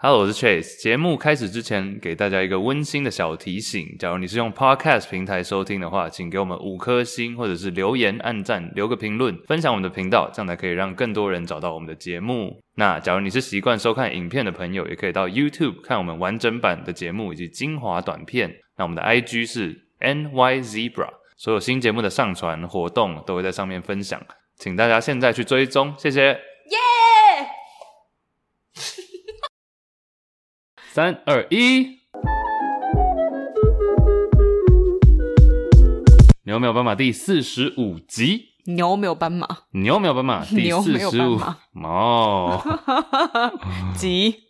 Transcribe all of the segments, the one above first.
Hello，我是 Chase。节目开始之前，给大家一个温馨的小提醒：假如你是用 Podcast 平台收听的话，请给我们五颗星，或者是留言、按赞、留个评论，分享我们的频道，这样才可以让更多人找到我们的节目。那假如你是习惯收看影片的朋友，也可以到 YouTube 看我们完整版的节目以及精华短片。那我们的 IG 是 NYZebra，所有新节目的上传活动都会在上面分享，请大家现在去追踪，谢谢。耶！三二一。牛没有斑马第四十五集，牛没有 斑马，牛没有斑马第牛四没有十斑五马毛。急。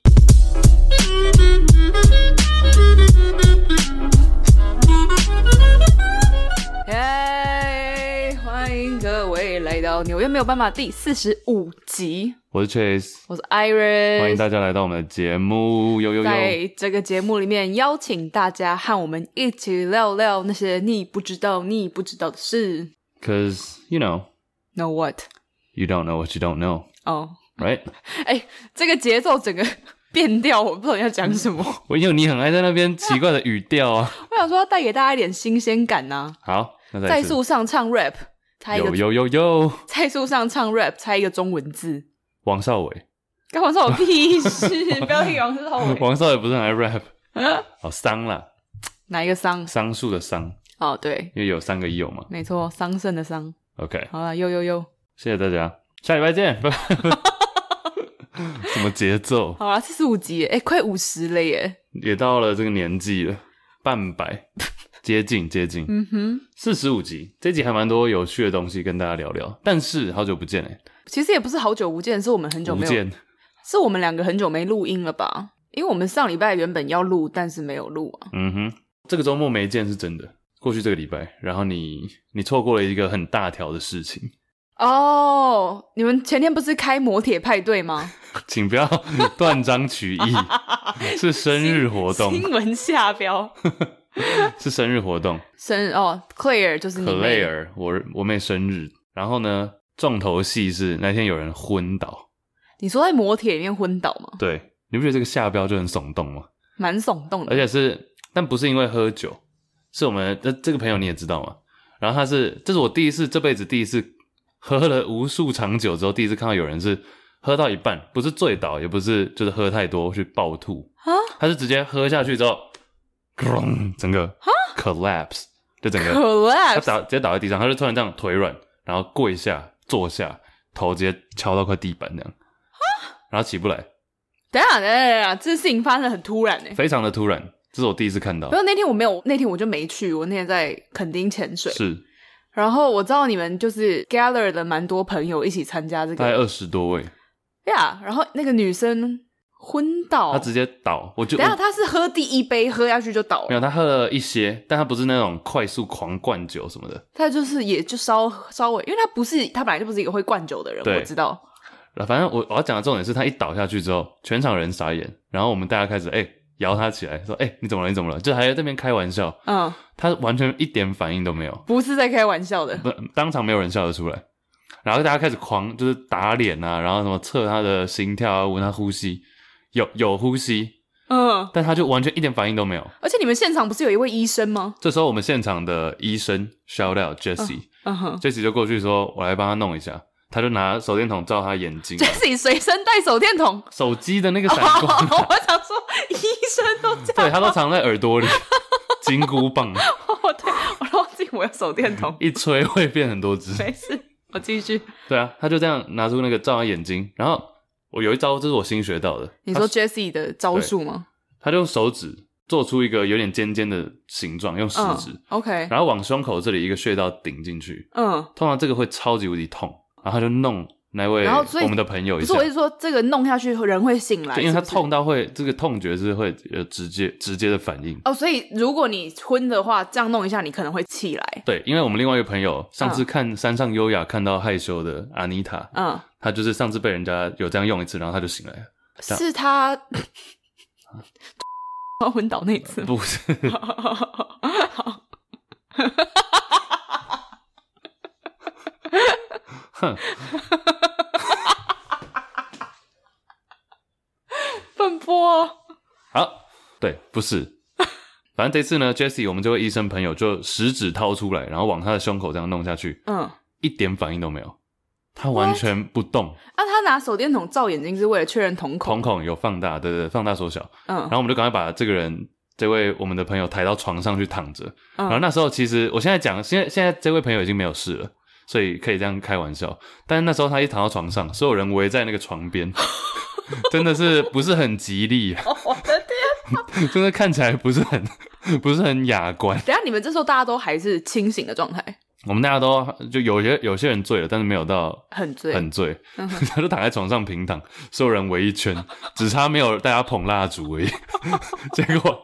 耶！欢迎各位来到《纽约没有办法》第四十五集，我是 Chase，我是欢迎 Iris。大家来到我们的节目，呦呦呦！在这个节目里面，邀请大家和我们一起聊聊那些你不知道、你不知道的事。 Cause you know Know what？ you don't know what you don't know, 哦、 right？哎，这个节奏整个 变调，我不知道你要讲什么。我有你很爱在那边奇怪的语调啊。我想说要带给大家一点新鲜感呐、好，那再在一次。树上唱 rap，猜一呦个呦呦呦！在树上唱 rap，猜一个中文字。王少伟，跟我说我屁 事，不要听王少伟。王少伟不是很爱 rap？好桑啦，哪一个桑？桑树的桑，哦，对，因为有三个 e 嘛。没错，桑葚的桑。 OK，好了，呦呦呦，谢谢大家，下礼拜 见，拜拜。什么节奏？好了，四十五集耶，哎、快五十了耶。也到了这个年纪了，半百，接近接近，嗯哼，四十五集，这集还蛮多有趣的东西跟大家聊聊。但是好久不见哎、其实也不是好久无见，是我们很久不没有，哦见，是我们两个很久没录音了吧？因为我们上礼拜原本要录，但是没有录啊。嗯哼，这个周末没见是真的。过去这个礼拜，然后你你错过了一个很大条的事情，哦、你们前天不是开摩铁派对吗？请不要 断章取 义，是生日活动，新闻下标，是生日活动。生日哦，Claire 就是你可妹累尔，我我妹生日，然后呢，重头戏是那天有人昏倒，你说在摩铁里面昏倒吗？对，你不觉得这个下标就很耸动吗？蛮耸动而且的。是，但不是因为喝酒，是我们这这个朋友你也知道嘛，然后他是，这是我第一次这辈子第一次喝了无数场酒之后，第一次看到有人是喝到一半，不是醉倒，也不是就是喝太多去暴吐啊，他是直接喝下去之后，咣整个啊 collapse，就整个他 Collapse，倒直接倒在地上，他就突然这样腿软，然后跪下坐下，头直接敲到块地板这样，然后起不来，等一下等一下等一下，这事情发生得很突然哎、欸。非常的突然，这是我第一次看到没，有那天我没有，那天我就没去，我那天在垦丁潜水。是然后我知道你们就是 gather 了蛮多朋友一起参加这大概个二十多位，呀。Yeah，然后那个女生昏倒，他直接倒，我就哦等一下我她是喝第一杯喝下去就倒没了，有他喝了一些，但他不是那种快速狂灌酒什么的，她就是也就稍稍微，因为她不是她本来就不是一个会灌酒的人，对我知道。然后反正我我要讲的重点是他一倒下去之后，全场人傻眼，然后我们大家开始哎、摇他起来说哎、你怎么了你怎么了，就还在那边开玩笑，嗯，他完全一点反应都没有。不是在开玩笑的。不，当场没有人笑得出来。然后大家开始狂就是打脸啊，然后什么测他的心跳啊，闻他呼吸，有有呼吸，嗯，但他就完全一点反应都没有。而且你们现场不是有一位医生吗？这时候我们现场的医生 shout out Jesse，Jesse、嗯哼 Jesse 就过去说：“我来帮他弄一下。”他就拿手电筒照他眼睛啊， ，Jesse 随身带手电筒。手机的那 个闪光啊、哦，我想说，医生都这对样。他都藏在耳朵里，金箍棒，哦，对，我忘记我有手电筒 一吹会变很多只。没事，我继续。对啊，他就这样拿出那个照他眼睛，然后我有一招，这是我新学到的。你他说 Jesse 的招数吗？他就用手指做出一个有点尖尖的形状，用食嗯指， ，OK，然后往胸口这里一个穴道顶进去。嗯，通常这个会超级无敌痛，然后他就弄那位然后所以我们的朋友不一是，下，我是说这个弄下去人会醒来，就因为他是不是痛到会这个痛觉是会有直接直接的反应。哦，所以如果你昏的话，这样弄一下你可能会起来。对，因为我们另外一个朋友上次嗯看山上优雅看到害羞的阿妮塔，嗯，她就是上次被人家有这样用一次，然后她就醒来了。这样 是他 他昏倒那一次吗。不 是，笨哦。好，对，不是。反正这次呢，Jesse i 我们这位医生朋友就食指掏出来，然后往他的胸口这样弄下去，嗯，啊，一点反应都没有，他完全不动，啊他拿手电筒照眼睛是为了确认瞳孔。瞳孔有放大，对对对，放大缩小。嗯然，后我们就赶快把这个人，这位我们的朋友抬到床上去躺着。嗯然后那时候其实我现在讲，现在现在这位朋友已经没有事了，所以可以这样开玩笑。但是那时候他一躺到床上，所有人围在那个床边，真的是不是很吉利，啊 我的 天！真的看起来不是很不是很雅观。等一下你们这时候大家都还是清醒的状态，我们大家都就有些有些人醉了，但是没有到。很醉。很醉，嗯哼 他就躺在床上平躺，所有人围一 圈，只差没有大家捧蜡烛而已。 结果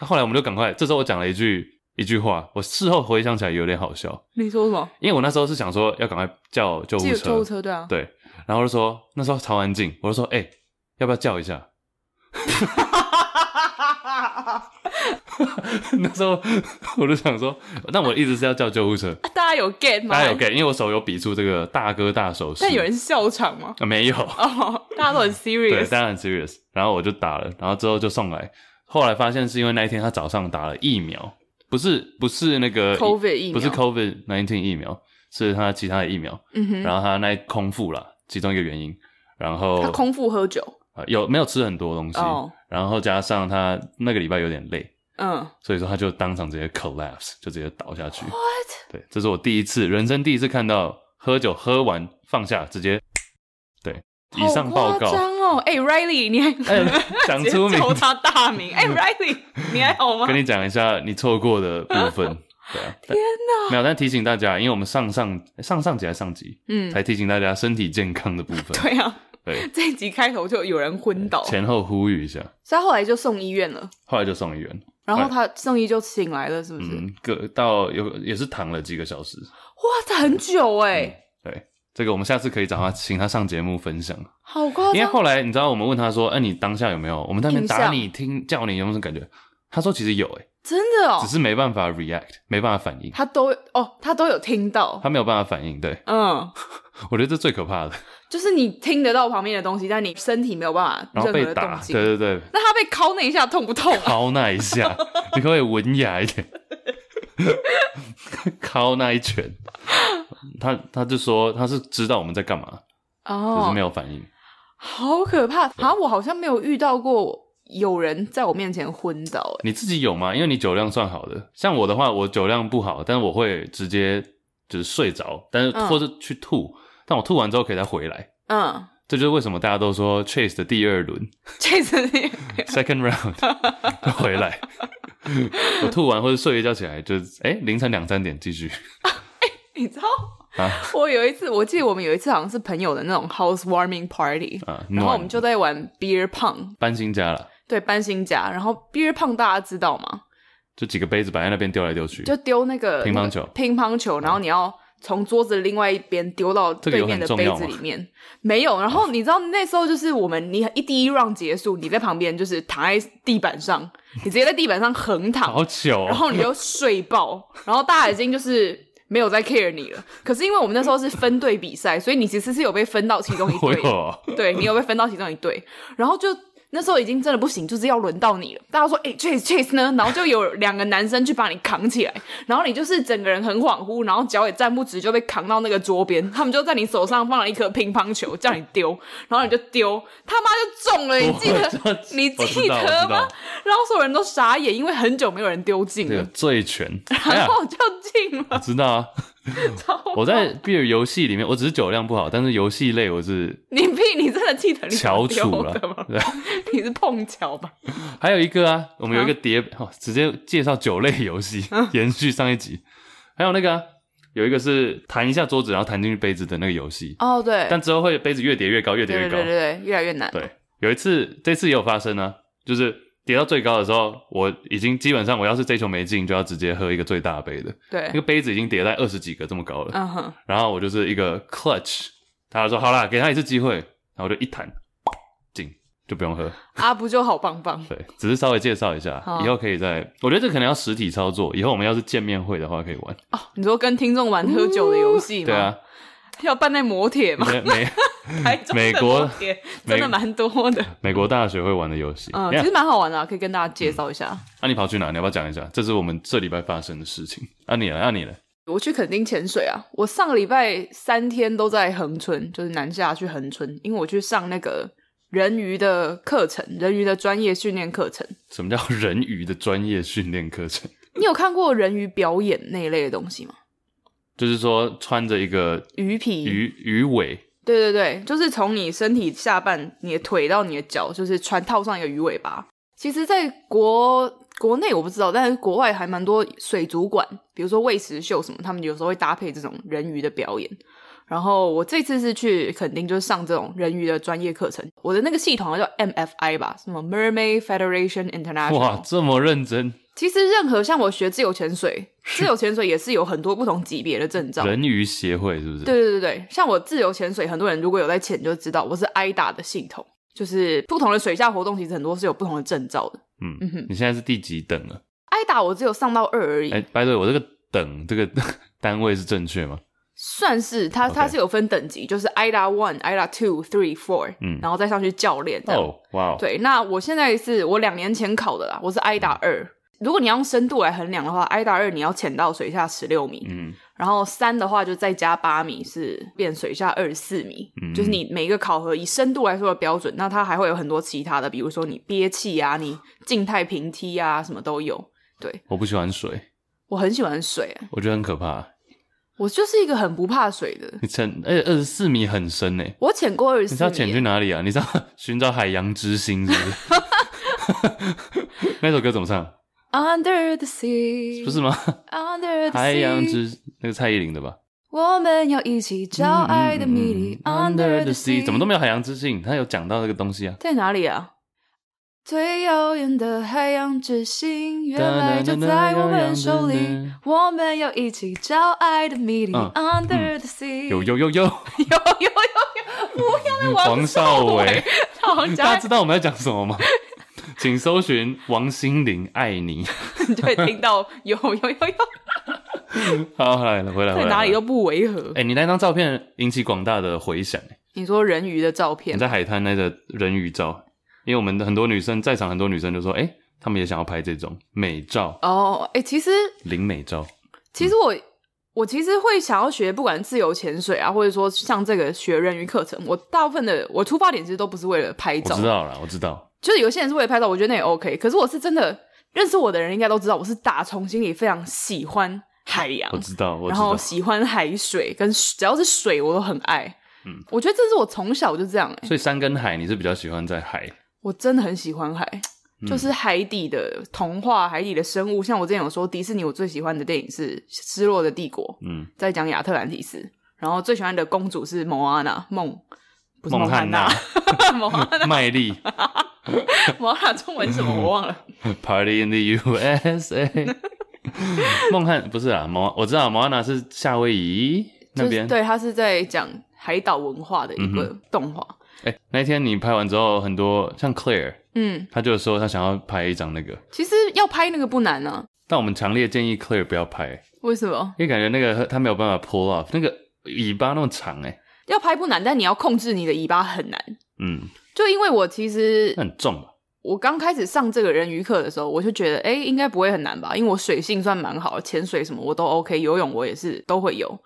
后来我们就赶快，这时候我讲了一句一句话，我事后回想起来有点好笑，你说什么？因为我那时候是想说要赶快叫救护救车，救护车对啊，对，然后就说那时候超安静，我就说哎、要不要叫一下？ 那时候我就想说，那我一直是要叫救护车，啊大家有 get 吗？大家有 get，因为我手有比出这个大哥大手势，但有人笑场吗？ 啊没有，哦，大家都很嗯对， serious。当然很 serious。然后我就打了，然后之后就送来。后来发现是因为那一天他早上打了疫苗，不是不是那个 COVID 疫苗不是 COVID nineteen 疫苗，是他其他的疫苗。嗯哼，然后他那空腹啦，其中一个原因。然后他空腹喝酒。呃有没有吃很多东西哦然后加上他那个礼拜有点累，嗯，所以说他就当场直接 collapse，就直接倒下去。哦对，这是我第一次人生第一次看到喝酒喝完放下直接。对，以上报好夸告。张哦！哎，Riley，你还 哎，讲直接出名嗯叫他大名。哎，Riley，你还好 吗？跟你讲一下你错过的部 分。对啊，天哪！没有，但提醒大家，因为我们上上上上集还是上集，嗯，才提醒大家身体健康的部分。 对哦啊，哎对，哎这一集开头就有人昏倒，所前后呼吁一下，以他后来就送医院了。后来就送医院。然后他送医就醒来了，是不是？嗯，各到有也是躺了几个小时。哇，这很久哎、对，这个我们下次可以找嗯他，请他上节目分享。好夸因为张！后来你知道，我们问他说：“哎、你当下有没有？”我们在那边印打象你、听叫你，有没有什么感觉？他说：“其实有、欸，真的哦只，是没办法 react，没办法反应，他都哦，他都有听到，他没有办法反应。”对，嗯，我觉得这最可怕的。就是你听得到旁边的东西，但你身体没有办法然任后何被的动打，静。对对对，那他被敲那一下痛不痛啊？敲那一下， 你可不可以文雅一点？ 敲那一拳，他他就说他是知道我们在干嘛，只是哦没，有反应。好可怕！啊，我好像没有遇到过有人在我面前昏倒、欸，你自己有吗？因为你酒量算好的，像我的话，我酒量不好，但我会直接就是睡着，但是嗯或者去吐，但我吐完之后可以再回来。嗯， 这就是为什么大家都说 Chase 的第二轮这次你 （second round） 回来。我吐完或者睡一觉起来，就是哎、凌晨两三点继续。你知道。啊我有一次，我记得我们有一次好像是朋友的那种 housewarming party，、啊然后暖我们就在玩 beer pong，搬新家了，对，搬新家，然后 beer pong 大家知道吗？就几个杯子摆在那边丢来丢去，就丢那个乒乓球嗯那个乒乓球，然后你要从桌子另外一边丢到这个对有面很的重杯要子吗里面。没有，然后你知道那时候就是我们，你一第一 round 结束，你在旁边就是躺在地板上，你直接在地板上横躺，好糗、哦。然后你就睡爆，然后大家已经就是。没有在 care 你了，可是因为我们那时候是分队比赛，所以你其实是有被分到其中 一我队的有哦 对你有被分到其中一队，然后就那时候已经真的不行，就是要轮到你了。大家说，哎、c h a s e Chase 呢？然后就有两个男生去把你扛起来，然后你就是整个人很恍惚，然后脚也站不直，就被扛到那个桌边。他们就在你手上放了一颗乒乓球，叫你丢，然后你就丢，他妈就中了，你记我得知道你我记知道我得知吗道？然后所有人都傻眼，因为很久没有人丢进这个了，醉拳，哎呀 然，后就进了。我知道啊。我在 beer 游戏里面，我只是酒量不好，但是游戏类我是 你屁！你真的记得你翘丢楚了的吗。？对，你是碰巧吧？还有一个啊，我们有一个叠，哦直接介绍酒类游戏，嗯延续上一集。还有那个啊、有一个是弹一下桌子，然后弹进去杯子的那个游戏，哦，对，但之后会杯子越叠越高，越叠对对越高对。对，越来越难。对，有一次，这次也有发生呢，就是跌到最高的时候，我已经基本上我要是这球没进，就要直接喝一个最大杯的，对那个杯子已经叠在二十几个这么高了。嗯哼，然后我就是一个 clutch，他就说好啦，给他一次机会，然后我就一弹进，就不用喝。阿不就好棒棒，对，只是稍微介绍一下好，以后可以再，我觉得这可能要实体操作，以后我们要是见面会的话可以玩。 哦！你说跟听众玩喝酒的游戏吗？对，啊，要办在磨铁吗？没没台中美的国摩铁真美的蛮 多的，美国大学会玩的游戏。嗯， Yeah 其实蛮好玩的啊，可以跟大家介绍一下。啊，你跑去哪？你要不要讲一下？这是我们这礼拜发生的事情。啊，你呢？啊，你呢？我去垦丁潜水啊！我上个礼拜三天都在恒春，就是南下去恒春，因为我去上那个人鱼的课程，人鱼的专业训练课程。什么叫人鱼的专业训练课程？你有看过人鱼表演那一类的东西吗？就是说穿着一个鱼皮，鱼鱼尾，对对对，就是从你身体下半、你的腿到你的脚，就是穿套上一个鱼尾巴。其实，在国国内我不知道，但是国外还蛮多水族馆，比如说喂食秀什么，他们有时候会搭配这种人鱼的表演。然后我这次是去肯定就是上这种人鱼的专业课程，我的那个系统好像叫 MFI 吧，什么 Mermaid Federation International。哇，这么认真，其实任何像我学自由潜水，自由潜水也是有很多不同级别的 证照，人鱼协会是不是？对对对对，像我自由潜水，很多人如果有在潜就知道，我是 IDA 的系统，就是不同的水下活动，其实很多是有不同的证照的。嗯，嗯哼你现在是第几等了？ ，IDA 我只有上到二而已，哎、拜对，我这个等这个 单位是正确吗？算是它它 OK 是有分等级，就是 IDA one、IDA two、three、four，嗯然后再上去教练这样。哦，哇哦，啊对，那我现在是我两年前考的啦，我是 IDA 二。如果你要用深度来衡量的话，IDA 二你要潜到水下十六米，嗯，然后三的话就再加八米，是变水下二十四米，嗯就是你每一个考核以深度来说的标准，那它还会有很多其他的，比如说你憋气啊，你静态平踢啊，什么都有。对我不喜欢水，我很喜欢水、欸我觉得很可怕。我就是一个很不怕水的人，你潜，而且二十四米很深呢、我潜过二十你是要四潜米去欸。哪里啊？你是要寻找海洋之心是 不是？那首歌怎么唱？ Under the sea，不是吗？ Under the 海洋 sea，之那个蔡依林的吧？嗯我们要一起找爱的秘密。Under the sea，怎么都没有海洋之心，他有讲到这个东西啊。在哪里啊？最遥远的海洋之心，原来就在我们手里。我们要一起找爱的秘密嗯，Under the sea。有有有 有，有有有有，不要再黄少伟，他好 像大家讲知道我们要讲什 么吗？请搜寻王心凌《爱你》。你就会听到有有有有，好，来了，回来，回在来。哪里回来都不违和。哎、你那张照片引起广大的回响、哎你说人鱼的照你片，在海滩那个人鱼照，因为我们很多女生在场，很多女生就说，哎、她们也想要拍这种美照、哦，哎，其实零美照。其实嗯我、我其实会想要学，不管自由潜水啊，或者说像这个学人鱼课程，我大部分的我出发点其实都不是为了拍我照知，道了，我知道，就是有些人是为了拍照，我觉得那也 OK。可是我是真的认识我的人应该都知道，我是打从心里非常喜欢海洋我，知道，我然知后道。喜欢海水，跟只要是水我都很爱。嗯，我觉得这是我从小就这样、欸，所以山跟海，你是比较喜欢在海。我真的很喜欢海，嗯就是海底的童话、海底的生物。像我之前有说，迪士尼我最喜欢的电影是《失落的帝国》，嗯，在讲亚特兰蒂斯，然后最喜欢的公主是蒙阿娜梦。不是孟汉汉娜， 蒙 阿麦莉蒙阿娜中文是什么嗯我忘了。 ，Party in the USA。孟汉不是啊，蒙我知道蒙安娜是夏威夷那就是边。嗯对，他是在讲海岛文化的一个动画。哎、那一天你拍完之后，很多像 Claire，嗯她就说她想要拍一张那个，其实要拍那个不难啊，但我们强烈建议 Claire 不要拍，为什么？因为感觉那个她没有办法 pull off，那个尾巴那么长哎、要拍不难，但你要控制你的尾巴很难。嗯，就因为我其实那很重吧？我刚开始上这个人鱼课的时候，我就觉得哎、诶应该不会很难吧，因为我水性算蛮好，潜水什么我都 OK，游泳我也是都会游。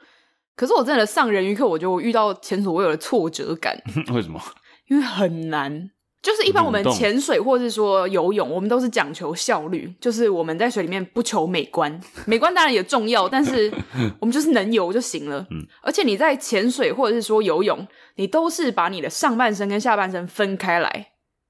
可是我真的上人鱼课，我觉得我遇到前所未有的挫折感， 为什么？因为很难。就是一般我们蠕动潜水或是说游泳，我们都是讲求效率，就是我们在水里面不求美观，美观当然也重要，但是我们就是能游就行了。嗯，而且你在潜水或者是说游泳，你都是把你的上半身跟下半身分开来。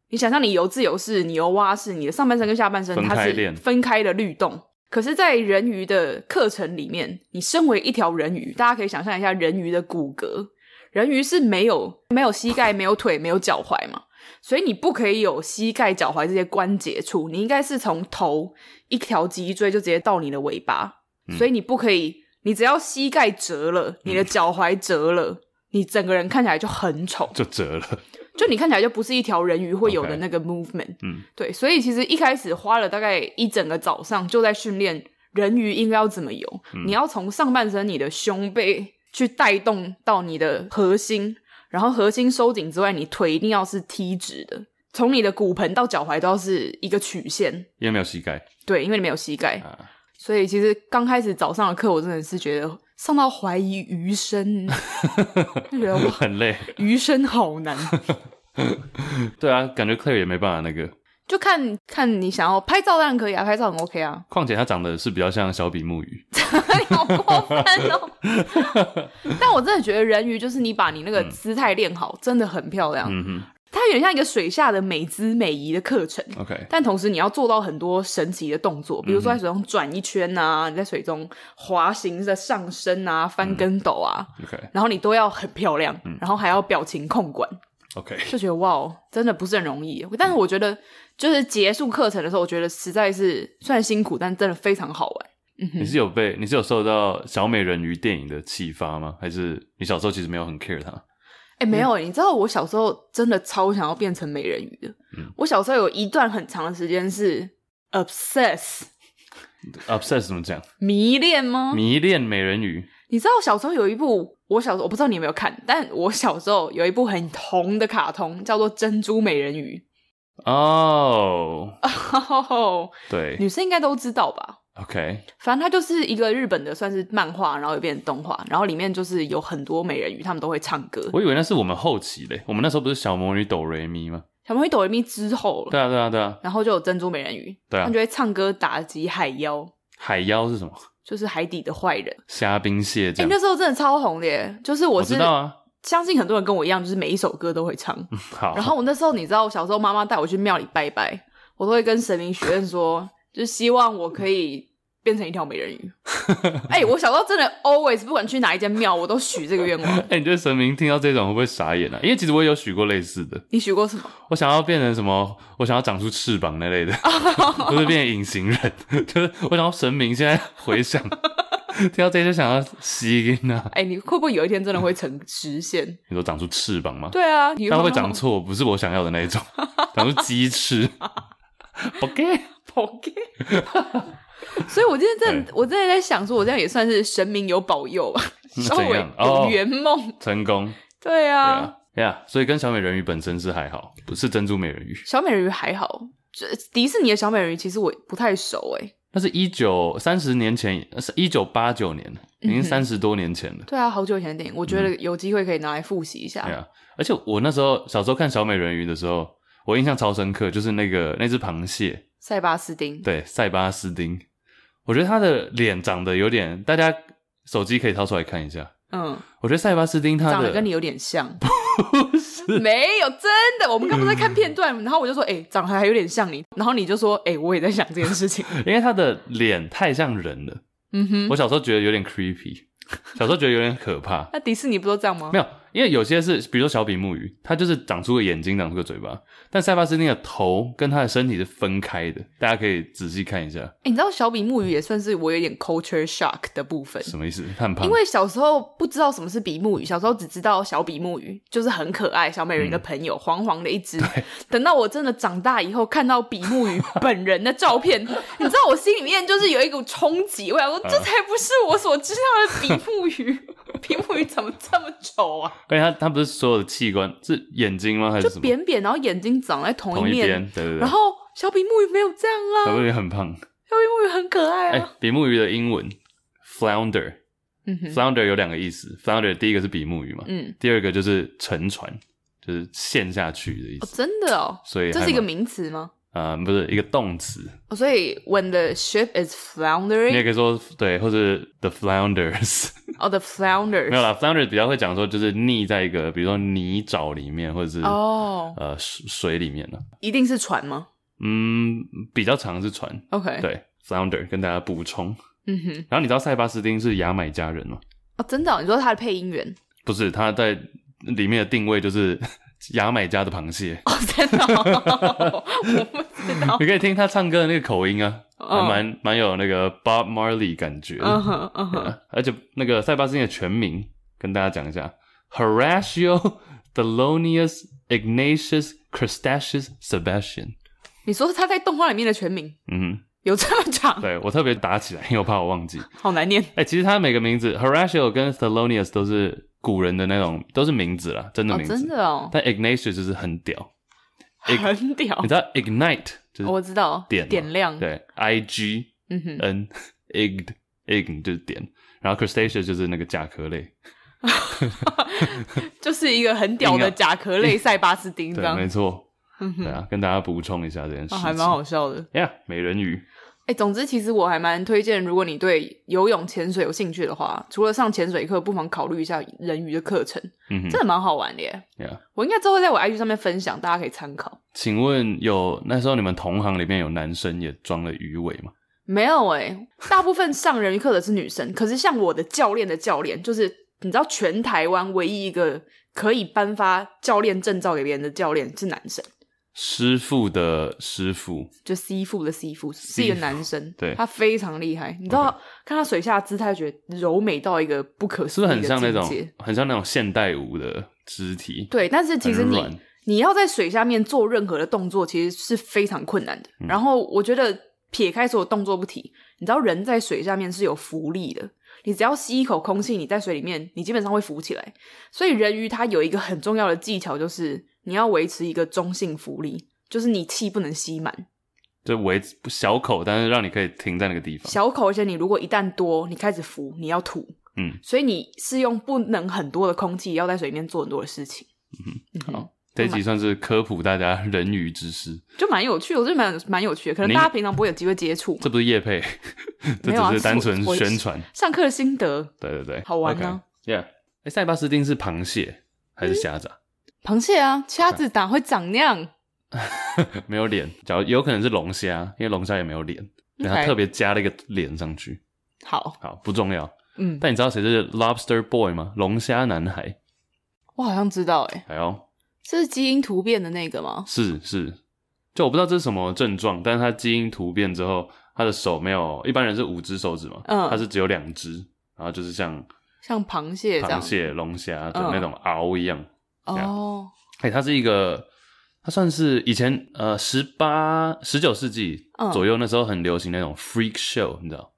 你想象你游自由式，你游蛙式，你的上半身跟下半身分开它是练分开的律动。可是，在人鱼的课程里面，你身为一条人鱼，大家可以想象一下人鱼的骨骼，人鱼是没有没有膝盖、没有腿、没有脚踝嘛，所以你不可以有膝盖、脚踝这些关节处，你应该是从头一条脊椎就直接到你的尾巴，嗯所以你不可以，你只要膝盖折了，你的脚踝折了，你整个人看起来就很丑，就折了，就你看起来就不是一条人鱼会有的 OK 那个 movement。嗯，对，所以其实一开始花了大概一整个早上就在训练人鱼应该要怎么游。嗯你要从上半身你的胸背去带动到你的核心，然后核心收紧之外，你腿一定要是踢直的，从你的骨盆到脚踝都要是一个曲线。因为没有膝盖 对，因为你没有膝盖，啊，所以其实刚开始早上的课，我真的是觉得上到怀疑余生， 就觉得哇，很累。余生好难。对啊，感觉 Claire 也没办法那个。就看看你想要拍照，当然可以啊，拍照很 OK 啊。 况且他长得是比较像小比目鱼，你好过分哦！ 但我真的觉得人鱼就是你把你那个姿态练好，真的很漂亮。嗯它有点像一个水下的美姿美仪的课程，哼，OK，但同时你要做到很多神奇的动作，比如说在水中转一圈啊，你在水中滑行的上升啊，翻跟斗啊， OK 然后你都要很漂亮，然后还要表情控管， OK，就觉得哇哦，真的不是很容易。但是我觉得，就是结束课程的时候，我觉得实在是虽然辛苦，但真的非常好玩。你是有被你是有受到小美人鱼电影的启发吗？还是你小时候其实没有很 care 它？哎、没有欸、你知道我小时候真的超想要变成美人鱼的。我小时候有一段很长的时间是 obsess obsess 怎么讲？迷恋吗？迷恋美人鱼你知道小时候有一部，我小时候我不知道你有没有看，但我小时候有一部很红的卡通，叫做《珍珠美人鱼》哦对女生应该都知道吧？ ，OK，反正它就是一个日本的，算是漫画，然后也变成动画，然后里面就是有很多美人鱼，他们都会唱歌。我以为那是我们后期嘞，我们那时候不是小魔女哆瑞咪吗？小魔女哆瑞咪之后了，对啊，对啊，对啊，然后就有珍珠美人鱼，对啊他们就会唱歌打击海妖，海妖是什么？就是海底的坏人。虾兵蟹哎、将，那时候真的超红的耶，就是我我是知道啊。嗯相信很多人跟我一样，就是每一首歌都会唱。好， 然后我那时候你知道，我小时候妈妈带我去庙里拜拜，我都会跟神明许愿说，就是希望我可以变成一条美人 鱼。哎、我小时候真的 always 不管去哪一间庙，我都许这个愿 望。哎、你觉得神明听到这种会不会傻眼啊？因为其实我也有许过类似的，你许过什么？我想要变成什么？我想要长出翅膀那 类的，或者变成隐形人，就是我想要神明现在回 想，听到这些就想要吸音啊。哎、你会不会有一天真的会成实现？ 你说长出翅膀吗？对啊，你但会长错，不是我想要的 那一种，长出鸡翅。OK， OK。所以，我今天真的，我真的在想说，我这样也算是神明有保佑吧，那稍怎微样哦有圆梦。成功。对对啊啊，呀、所以跟小美人鱼本身是还好，不是珍珠美人鱼。小美人鱼还好，这迪士尼的小美人鱼其实我不太熟哎、那是一九三十年前，是一九八九嗯年，已经三十多年前了。对啊，好久以前的电影，我觉得有机会可以拿来复习一下。嗯对啊，而且我那时候小时候看小美人鱼的时候，我印象超深刻，就是那个那只螃蟹，塞巴斯汀，对，塞巴斯丁，我觉得他的脸长得有点，大家手机可以掏出来看一下。嗯，我觉得塞巴斯丁他长的得跟你有点像，没有真的。我们刚不是在看片段，然后我就说，哎、长得还有点像你，然后你就说，哎、我也在想这件事情。因为他的脸太像人了，嗯哼，我小时候觉得有点 creepy，小时 候觉得有点可怕。那迪士尼不都这样吗？没有，因为有些是，比如说小比目鱼，它就是长出个眼睛，长出个嘴巴，但塞巴斯汀的头跟他的身体是分开的，大家可以仔细看一下，哎、你知道小比目鱼也算是我有点 culture shock 的部分，什么意思？他很胖呃因，为小时候不知道什么是比目鱼，小时候只知道小比目鱼就是很可爱，小美人鱼嗯的朋友，黄黄的一只。等到我真的长大以后，看到比目鱼本人的照片， 你知道我心里面就是有一股冲击，我想说嗯这才不是我所知道的比目鱼， 比目鱼怎么这么丑啊？而且他他不是所有的器官是眼睛吗？还是就什么？扁扁，然后眼睛长在同同一一面，边，对对对然。后小比目鱼没有这样啊，小比目鱼很胖，小比目鱼很可爱哎、啊。比目鱼的英文 flounder，flounder 嗯哼，有两个意思，flounder 第一个是比目鱼嘛，嗯，第二个就是沉船，就是陷下去的意哦，思。真的哦，所以这还是一个蛮名词吗？啊、不是一个动词，哦所以 when the ship is 你 floundering 也可以说对，或者 the flounders， 哦、the flounders，没有啦，flounder 比较会讲说就是溺在一个比如说泥沼里面，或者是、哦呃水水里面呢、一定是船吗嗯，比较长是船， ？OK，，对，flounder 跟大家补充。嗯哼，然后你知道塞巴斯汀是牙买加人吗？哦，真的哦、你说它的配音员 不是，他在里面的定位就是 牙买加的螃蟹。哦，真的哦、我不知道，你可以听他唱歌的那个口音啊，嗯还蛮蛮有那个 Bob Marley 感觉的。嗯哼嗯哼，啊而且那个塞巴斯汀的全名跟大家讲一下：Horatio Thelonious Ignatius Crustaceus Sebastian。你说他在动画里面的全名嗯有这么长，对我特别打起来，因为我怕我忘记。好难念。哎、其实他每个名字，Horatio 跟 Thelonious 都是古人的那种，都是名字啦，真的哦，名字。真的哦，但 Ignatius 就是很屌，Ig- 很屌哦你。知道 Ignite 就是我知道，点嘛点亮，对 I G 嗯哼， N Ign Ign 就是点，然后 Crustacea 就是那个甲壳类，就是一个很屌硬的要甲壳类塞巴斯丁这对，样，没错，嗯对哼，啊，跟大家补充一下这件事情，啊还蛮好笑的。呀，美人鱼，哎、总之，其实我还蛮推荐，如果你对游泳、潜水有兴趣的话，除了上潜水课，不妨考虑一下人鱼的课程，嗯真哼，的蛮好玩的耶。呀，我应该之后会在我 IG 上面分享，大家可以参考。请问有那时候你们同行里面有男生也装了鱼尾吗？没有哎、大部分上人鱼课的是女生，可是像我的教练的教练，就是你知道全台湾唯一一个可以颁发教练证照给别人的教练是男生，师傅的师傅，就 C 副的 C 副是一个男生，对他非常厉害，你知道看他水下的姿态，觉得柔美到一个不可是思不议是很的像那种境界很像那种现代舞的肢体？对，但是其实很你软你要在水下面做任何的动作，其实是非常困难的。嗯然后我觉得撇开所有动作不提，你知道人在水下面是有浮力的，你只要吸一口空气，你在水里面你基本上会浮起来。所以人鱼它有一个很重要的技巧，就是你要维持一个中性浮力，就是你气不能吸哦满，就围小口，但是让你可以停在那个地方。小口，而且你如果一旦多，你开始浮，你要吐。嗯，所以你是用不能很多的空气，要在水里面做很多的事情。嗯哼好这一集算是科普大家人鱼知识，就蛮有趣的，我觉得蛮蛮有趣的。可能您大家平常不会有机会接触嘛这不是叶 配，这没有啊只是单纯是我宣传。上课的心得。对对对，好玩啊嗯 OK，！Yeah，哎，塞巴斯汀是螃蟹还是虾子啊？螃蟹啊，虾子哪会长那样？ 没有脸，假如有可能是龙虾，因为龙虾也没有脸，然后 OK 特别加了一个脸上去。好，好，不重要。嗯，但你知道谁是 Lobster Boy 吗？龙虾男孩。我好像知道、欸，哎，哎呦，这是基因突变的那个吗？是是，就我不知道这是什么症状，但是他基因突变之后，他的手没有一般人是五只手指嘛，嗯他是只有两只，然后就是像像螃蟹这样，螃蟹、龙虾的嗯那种螯一样。哦，哎、它是一个，它算是以前呃十八、十九世纪嗯左右那时候很流行那种 freak show，你知道，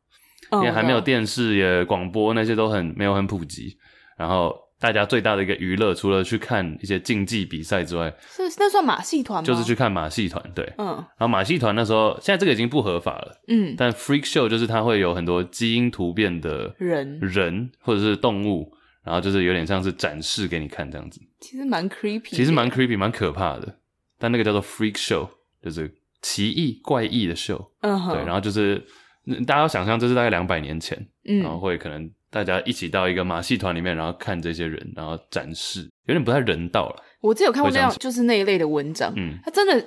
因因为还没有电视也广播那些都很没有很普及，然后。大家最大的一个娱乐，除了去看一些竞技比赛之外，是那算马戏团吗？就是去看马戏团。对，嗯然后马戏团那时候，现在这个已经不合法了，嗯但 freak show 就是它会有很多基因突变的人，人或者是动物，然后就是有点像是展示给你看这样子，其实蛮 creepy，的其实蛮 creepy 蛮可怕的。但那个叫做 freak show，就是奇异怪异的 show，、嗯哼对，然后就是嗯大家要想象这是大概两百年前，然后嗯会可能大家一起到一个马戏团里面，然后看这些人，然后展示，有点不太人道了。我记得有看过那样会这样就是那一类的文章，嗯，它真的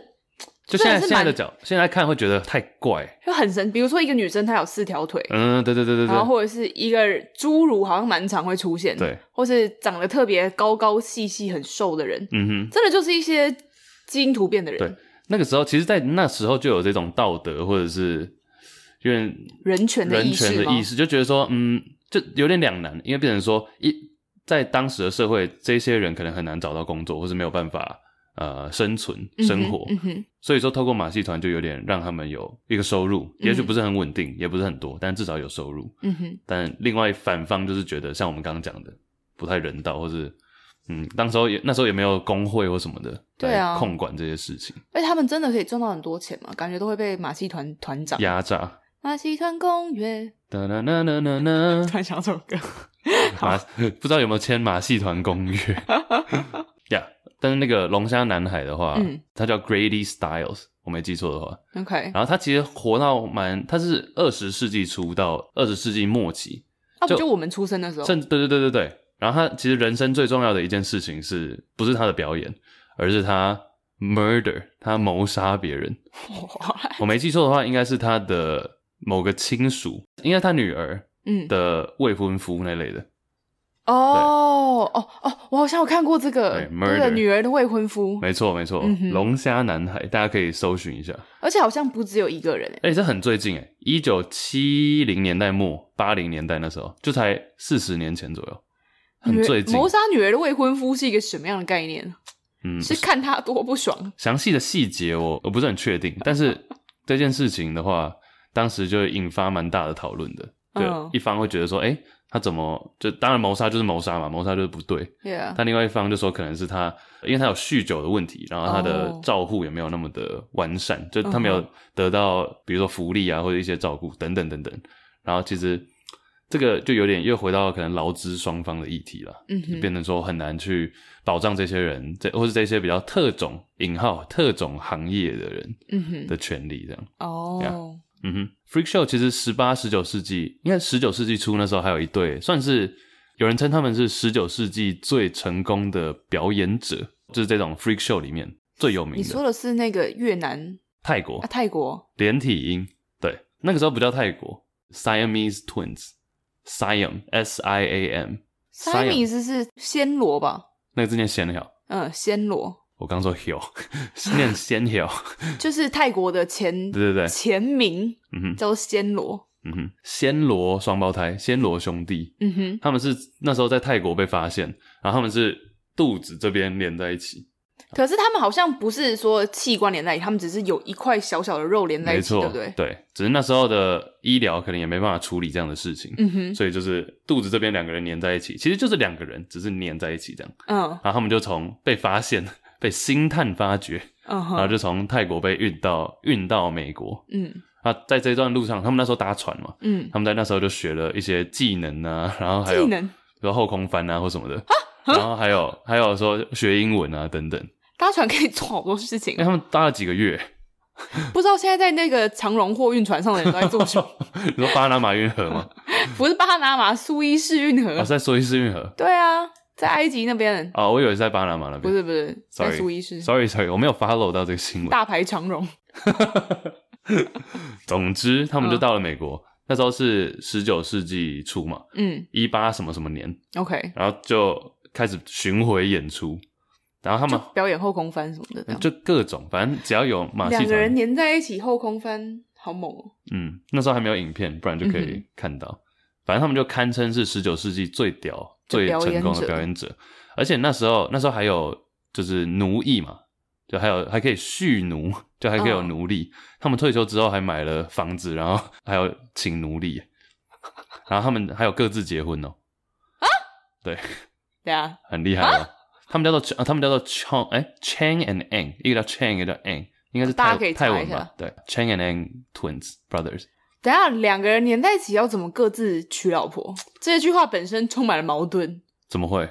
就现在现真的是在蛮的角，现在看会觉得太怪。就很神，比如说一个女生她有四条腿，嗯，对对对对然后对，或者是一个侏儒好像蛮常会出现，对，或是长得特别高高细细很瘦的人，嗯哼。真的就是一些基因突变的对人，那个时候，其实，在那时候就有这种道德或者是有点人权的人意权识的吗？意识，就觉得说，嗯，就有点两难，因为变成说，一在当时的社会，这些人可能很难找到工作，或是没有办法呃生存嗯哼生活，嗯哼，所以说透过马戏团就有点让他们有一个收入，也许不是很稳定，也不是很多，但至少有收入。嗯哼，但另外反方就是觉得，像我们刚刚讲的，不太人道，或是嗯，当时候也那时候也没有工会或什么的对啊来控管这些事情，而哎且他们真的可以赚到很多钱嘛？感觉都会被马戏团团长。压榨。马戏团公园，哒啦啦啦啦啦， 突然想到这首歌。马 不知道有没有签马戏团公 约呀但是那个龙虾男孩的话，嗯他叫 Grady Styles，我没记错的话。 OK，啊然后他其实活到蛮，他是二十世纪初到二十世纪末期，那不就就我们出生的时候？甚至对对对对对。然后他其实人生最重要的一件事情是不是他的表演，而是他 murder，他谋杀别人。我没记错的话，应该是他的某个亲属，应该他女儿 嗯，的未婚夫那类的。哦哦哦，我好像有看过这个对，这个 Murder 女儿的未婚夫，没错，没错嗯，哼龙虾男孩，大家可以搜寻一下。而且好像不只有一个人欸，哎、这很最近哎，一九七零年代末、八零年代那时候，就才四十年前左右，女很儿最近谋。杀女儿的未婚夫是一个什么样的概念？嗯，是看他多不爽， 详细的细节我我不是很确定，但是这件事情的话，当时就引发蛮大的讨论的。对，嗯一方会觉得说，哎、他怎么就当然谋杀就是谋杀嘛，谋杀就是不对。 ，Yeah，但另外一方就说，可能是他，因为他有酗酒的问题，然后他的哦照护也没有那么的完善，就嗯他哼没有得到比如说福利啊或者一些照顾等等等等。然后其实这个就有点又回到可能劳资双方的议题了，嗯就哼变成说很难去保障这些人，这或是这些比较特种引号特种行业的人嗯哼，的权利这样。哦，嗯哼，Freak Show 其实十八、十九世纪，应该十九世纪初那时候还有一对，算是有人称他们是十九世纪最成功的表演者，就是这种 Freak Show 里面最有名你说的的是那个越南泰国啊，泰国连体婴。对，那个时候不叫泰国，Siamese Twins，Siam S I A M，塞米斯是暹罗吧？那个字念仙hiệu，嗯，暹罗我刚说 hill，是念仙hiệu，就是泰国的前对对对，前名嗯哼，叫做暹罗，嗯哼，暹罗双胞胎，暹罗兄弟，嗯哼，他们是那时候在泰国被发现，然后他们是肚子这边连在一起，可是他们好像不是说器官连在一起，他们只是有一块小小的肉连在没一起，错，对不对？只是那时候的医疗可能也没办法处理这样的事情，嗯哼，所以就是肚子这边两个人粘在一起，其实就是两个人，只是粘在一起这样。嗯然后他们就从被发现、 被星探发掘，嗯然后哼，就从泰国被运到运到美国。嗯啊，在这段路上，他们那时候搭船嘛，嗯，他们在那时候就学了一些技能啊，然后还有技比能如后空翻啊或什么的，然后还有还有说学英文啊等等。搭船可以做好多事情因啊为， 他们搭了几个月，不知道现在在那个长荣货运船上的人都在做什么？ 你说巴拿马运河吗？不是巴拿马苏伊士运河我、哦、是在苏伊士运河对啊，在埃及那边，哦，我以为是在巴拿马那不边。是不是，在 Sorry 苏伊士 Sorry Sorry，我没有 follow 到这个新闻。大排长龙。总之，他嗯们就到了美国，那时候是十九世纪初嘛，嗯一八什么什么年， ，OK，然后就开始巡回演出，然后他就们表演后空翻什么的这嗯样。就各种，反正只要有马戏两个人团，粘在一起后空翻，好猛哦！嗯，那时候还没有影片，不然就可嗯以看到。反正他们就堪称是十九世纪最屌、就最表演成功的者表演者，而且那时候那时候还有就是奴役嘛，就还有还可以蓄奴， 就还可以有嗯奴隶。他们退休之后还买了房子，然后还有请奴隶，然后他们还有各自结婚哦，对啊，很厉害哦。他们叫做 Ch- 啊，他们叫做 Chang 哎 Chang and Ang，一个叫 Chang，一个叫 Ang，应该是大家泰可以泰查文一吧下？对，Chang and Ang twins brothers。等一下两个人粘在一起要怎么各自娶老 婆？这句话本身充满了矛盾， 怎么会？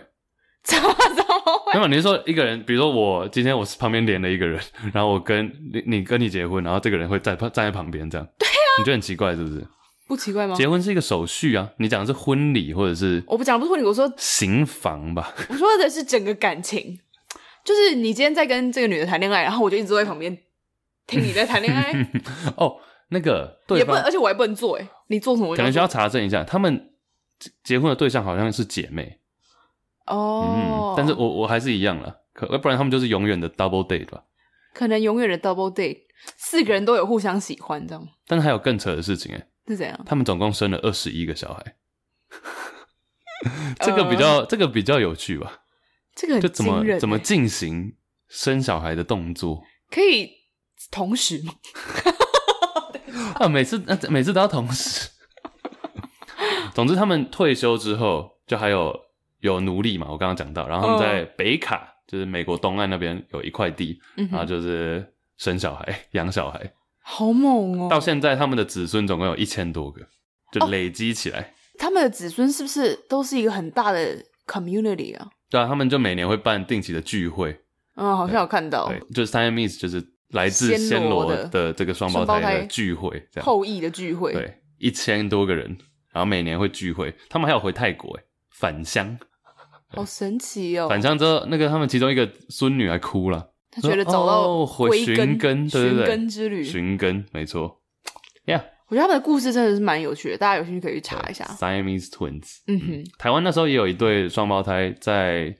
怎么怎么会？没有，你是说一个人，比如说我今天我是旁边连了一个人， 然后我跟你你跟你结婚，然后这个人会在站在旁边这样，对啊，你觉得很奇怪是不是？不奇怪吗？结婚是一个手续啊，你讲的是婚礼或者是我不讲不是婚礼，我说 行房吧？ 我说的是整个感情，就是你今天在跟这个女的谈恋爱，然后我就一直坐在旁边听你在谈 恋爱，哦，那个对也不能，方而且我还不能做哎、你做什么我可就能需要做查证一下，他们结结婚的对象好像是姐妹，嗯，哦、但是我我还是一样了，可要不然他们就是永远的 double date 吧。可能永远的 double date，四个人都有互相喜欢，这样但是还有更扯的事情哎、是怎样？他们总共生了二十一个小孩， 这个比较、这个比较有趣吧？这个很就怎么惊人怎么欸进行生小孩的动作可以同时吗？啊？每次啊每次都要同时。 总之，他们退休之后，就还有有奴隶嘛，我刚刚讲到，然嗯后他们在北卡，就是美国东岸那边有一块地，嗯然后哼，就是生小孩、 养小孩。好猛哦！到现在，他们的子孙总共有一千多个，就累积起来。他们的子孙是不是都是一个很大的 community 啊？对啊，他们就每年会办定期的聚会，嗯，好像有看到对，就是 Siamese，就是来自暹暹罗罗的的这个双胞双胞胎的胎聚会，这样。后裔的聚会。对，一千多个人，然后每年会聚会，他们还有回泰国哎，返乡，好神奇哦！返乡之后，那个他们其中一个孙女还哭了，他觉得找哦到回归寻根对对寻对根之旅。寻根，没错，Yeah，我觉得他们的故事真的是蛮有趣的，大家有兴趣可以去查一下。 Siamese twins，嗯哼，台湾那时候也有一对双胞胎在，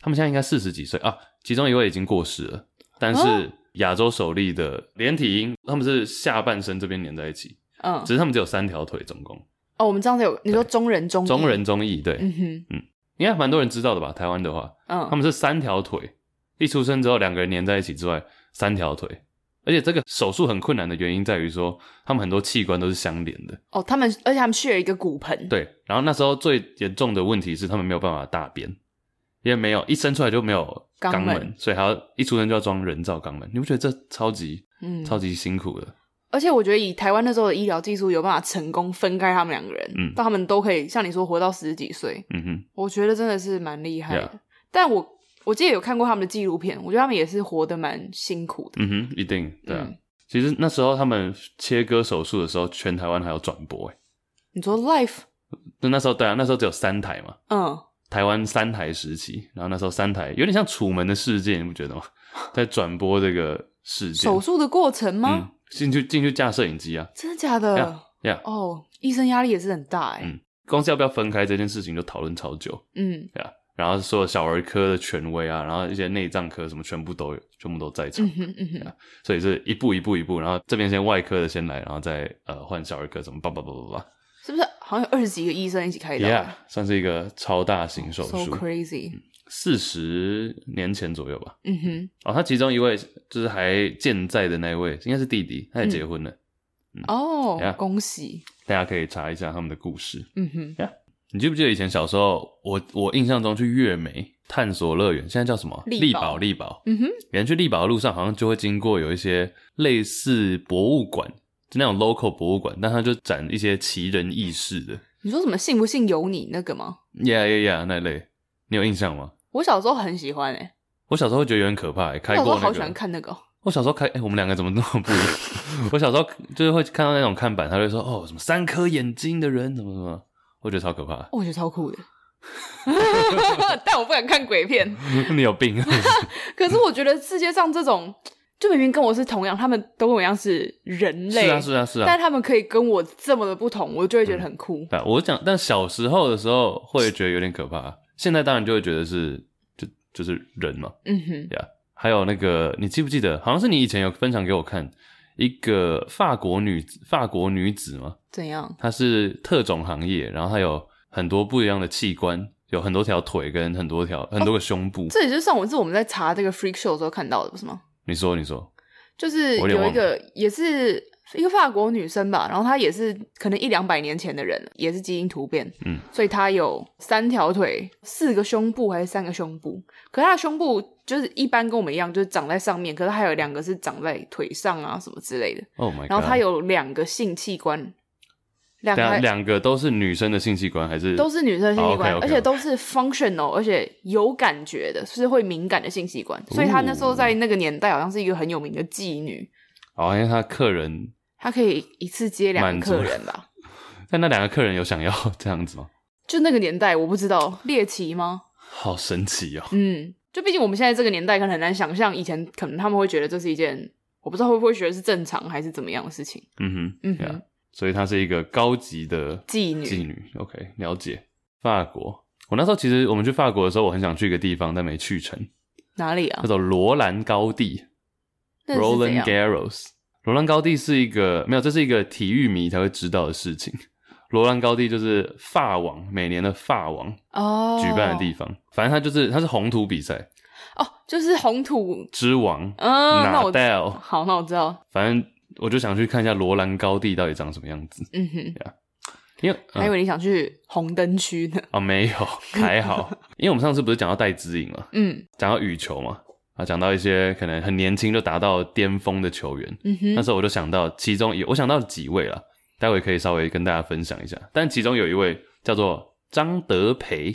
他们现在应该四十几岁啊，其中一位已经过世了，但是哦亚洲首例的连体婴，他们是下半身这边连在一起，嗯只，是他们只有三条腿，总共哦，我们上次有你说中人中中，人中意，对，嗯哼，应该蛮多人知道的吧？台湾的话，嗯，他们是三条腿，一出生之后两个人粘在一起之外，三条腿，而且这个手术很困难的原因在于说，他们很多器官都是相连的。哦，他们而且他们血有一个骨盆，对，然后那时候最严重的问题是他们没有办法大便，因为没有一生出来就没有肛肛门，门所以还要一出生就要装人造肛门。你不觉得这超级、嗯，超级辛苦的？而且我觉得以台湾那时候的医疗技术，有办法成功分开他们两个人，嗯到他们都可以像你说活到十几岁，嗯哼，我觉得真的是蛮厉害的。但我我记得有看过他们的纪录片，我觉得他们也是活得蛮辛苦的。嗯哼，一定对啊。嗯其实那时候他们切割手术的时候，全台湾还有转播哎。你说 life，那那时候对啊，那时候只有三台嘛，嗯，台湾三台时期。然后那时候三台有点像《楚门的世界》，你不 觉得吗？在转播这个事件手术的过程吗？嗯，进去进去架摄影机啊，真的假呀的？呀、哦，医生压力也是很大哎、嗯公司要不要分开这件事情就讨论超久，嗯对啊。然后所有小儿科的权威啊，然后一些内脏科什么全部都有，全部都在场，嗯哼嗯哼，所以是一步一步一步，然后这边先外科的先来，然后再呃换小儿科，怎么叭叭叭叭叭是不是好像有二十几个医生一起开刀啊，Yeah，算是一个超大型手 Oh, So 术， crazy，四十年前左右吧。嗯哼，哦，他其中一位就是还健在的那一位，应该是弟弟，他也嗯结婚了，哦 Yeah 恭喜，大家可以查一下他们的故事。嗯哼，你记不记得以前小时候，我我印象中去月美探索乐园，现在叫什么？力力宝宝，力宝。嗯哼，以前去力宝的路上，好像就会经过有一些类似博物馆，就那种 local 博物馆，但它就展一些奇人异事的你说什么信不信由你那个吗？ ，yeah yeah yeah 那类。你有印象吗？我小时候很喜欢哎、我小时候觉得有点可怕、欸，我开小时候过那好喜欢个。看那个哦，我小时候开，哎、我们两个怎么那么不一样？我小时候就是会看到那种看板，他就说哦，什么三颗眼睛的人，怎么怎么，我觉得超可怕的。 我觉得超酷的。但我不敢看鬼片，你有病？啊可是我觉得世界上这种，就明明跟我是同样，他们都跟我一样是人类，是啊是啊是啊。但他们可以跟我这么的不同，我就会觉得很酷。啊，我讲，但小时候的时候会觉得有点可怕，现在当然就会觉得是就就是人嘛，嗯哼，呀、还有那个，你记不记得，好像是你以前有分享给我看一个法国女法国女子嘛，怎样？她是特种行业，然后她有很多不一样的器官，有很多条腿跟很多条很多个胸部。这也就是上我是我们在查这个 freak show 的时候看到的，不是吗？你说，你说，就是我有点有一忘个也是一个法国女生吧，然后她也是可能一两百年前的人了，也是基因突变，嗯，所以她有三条腿、四个胸部还是三个胸部？可是她的胸部就是一般跟我们一样，就是长在上面，可是还有两个是长在腿上啊什么之类的。 Oh my god！然后她有两个性器官，两等一下个还两个都是女生的性器官还是都是女生的性器官，哦，OK，OK，OK 而且都是 functional，而且有感觉的，是会敏感的性器官。所以她那时候在那个年代好像是一个很有名的妓女。哦，因为她客人，他可以一次接两满个足客人吧？但那两个客人有想要 这样子吗？就那个年代，我不知道猎奇吗？好神奇哦！嗯，就毕竟我们现在这个年代，可能很难想象以前可能他们会觉得这是一件，我不知道会不会觉得是正常还是怎么样的事情。嗯哼，嗯哼 yeah，所以她是一个高级的妓女妓女，OK，了解。法国，我那时候其实我们去法国的时候，我很想去一个地方，但没去成，哪里叫啊？做罗兰高地那是啊怎 （Roland 样？ Garros）。罗兰高地是一个没有，这是一个体育迷才会知道的事情。罗兰高地就是法网每年的法网哦，嗯举办的地方，反正它就是它是红土比赛哦，就是红土。之王嗯，那纳我戴尔，好，那我知道。反正我就想去看一下罗兰高地到底长什么样子，嗯哼，因为、嗯还以为你想去红灯区呢。啊， 没有，还好，因为我们上次不是讲到戴资颖嘛，嗯讲到羽球嘛，啊，讲到一些可能很年轻就达到巅峰的球员，嗯那哼，时候我就想到其中有，我想到几位啦，待会可以稍微跟大家分享一下，但其中有一位叫做张德培，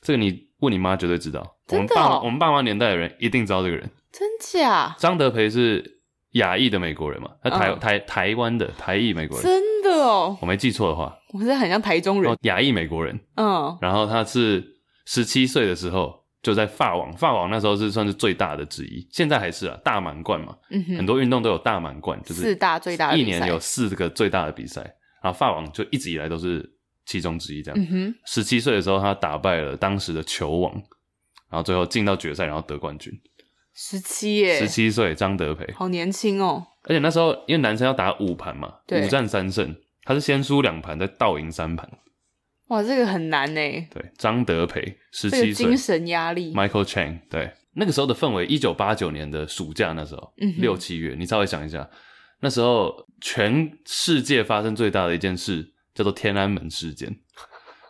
这个你问你妈绝对知道，我们真的哦爸我们爸妈年代的人一定知道这个人，真假？张德培是亚裔的美国人嘛，他台、嗯台台湾的台裔美国人，真的哦，我没记错的话，我是很像台中人哦。亚裔美国人，嗯然后他是十七岁的时候就在法网，法网那时候是算是最大的之一，现在还是啊大满贯嘛，嗯很哼，多运动都有大满贯，就是四大最大的一比赛年有四个最大的比赛，然后法网就一直以来都是其中之一这嗯样。哼，十七岁的时候，他打败了当时的球王，然后最后进到决赛，然后得冠军。十七耶，十七岁，张德培，好年轻哦，而且那时候因为男生要打五盘嘛，对五战三胜，他是先输两盘，再倒赢三盘。哇，这个很难呢，对，张德培，十这七个岁精神压力， ，Michael Chang，对，那个时候的氛围，一九八九年的暑假那时候，嗯哼六七月，你稍微想一下，那时候全世界发生最大的一件事叫做天安门事件，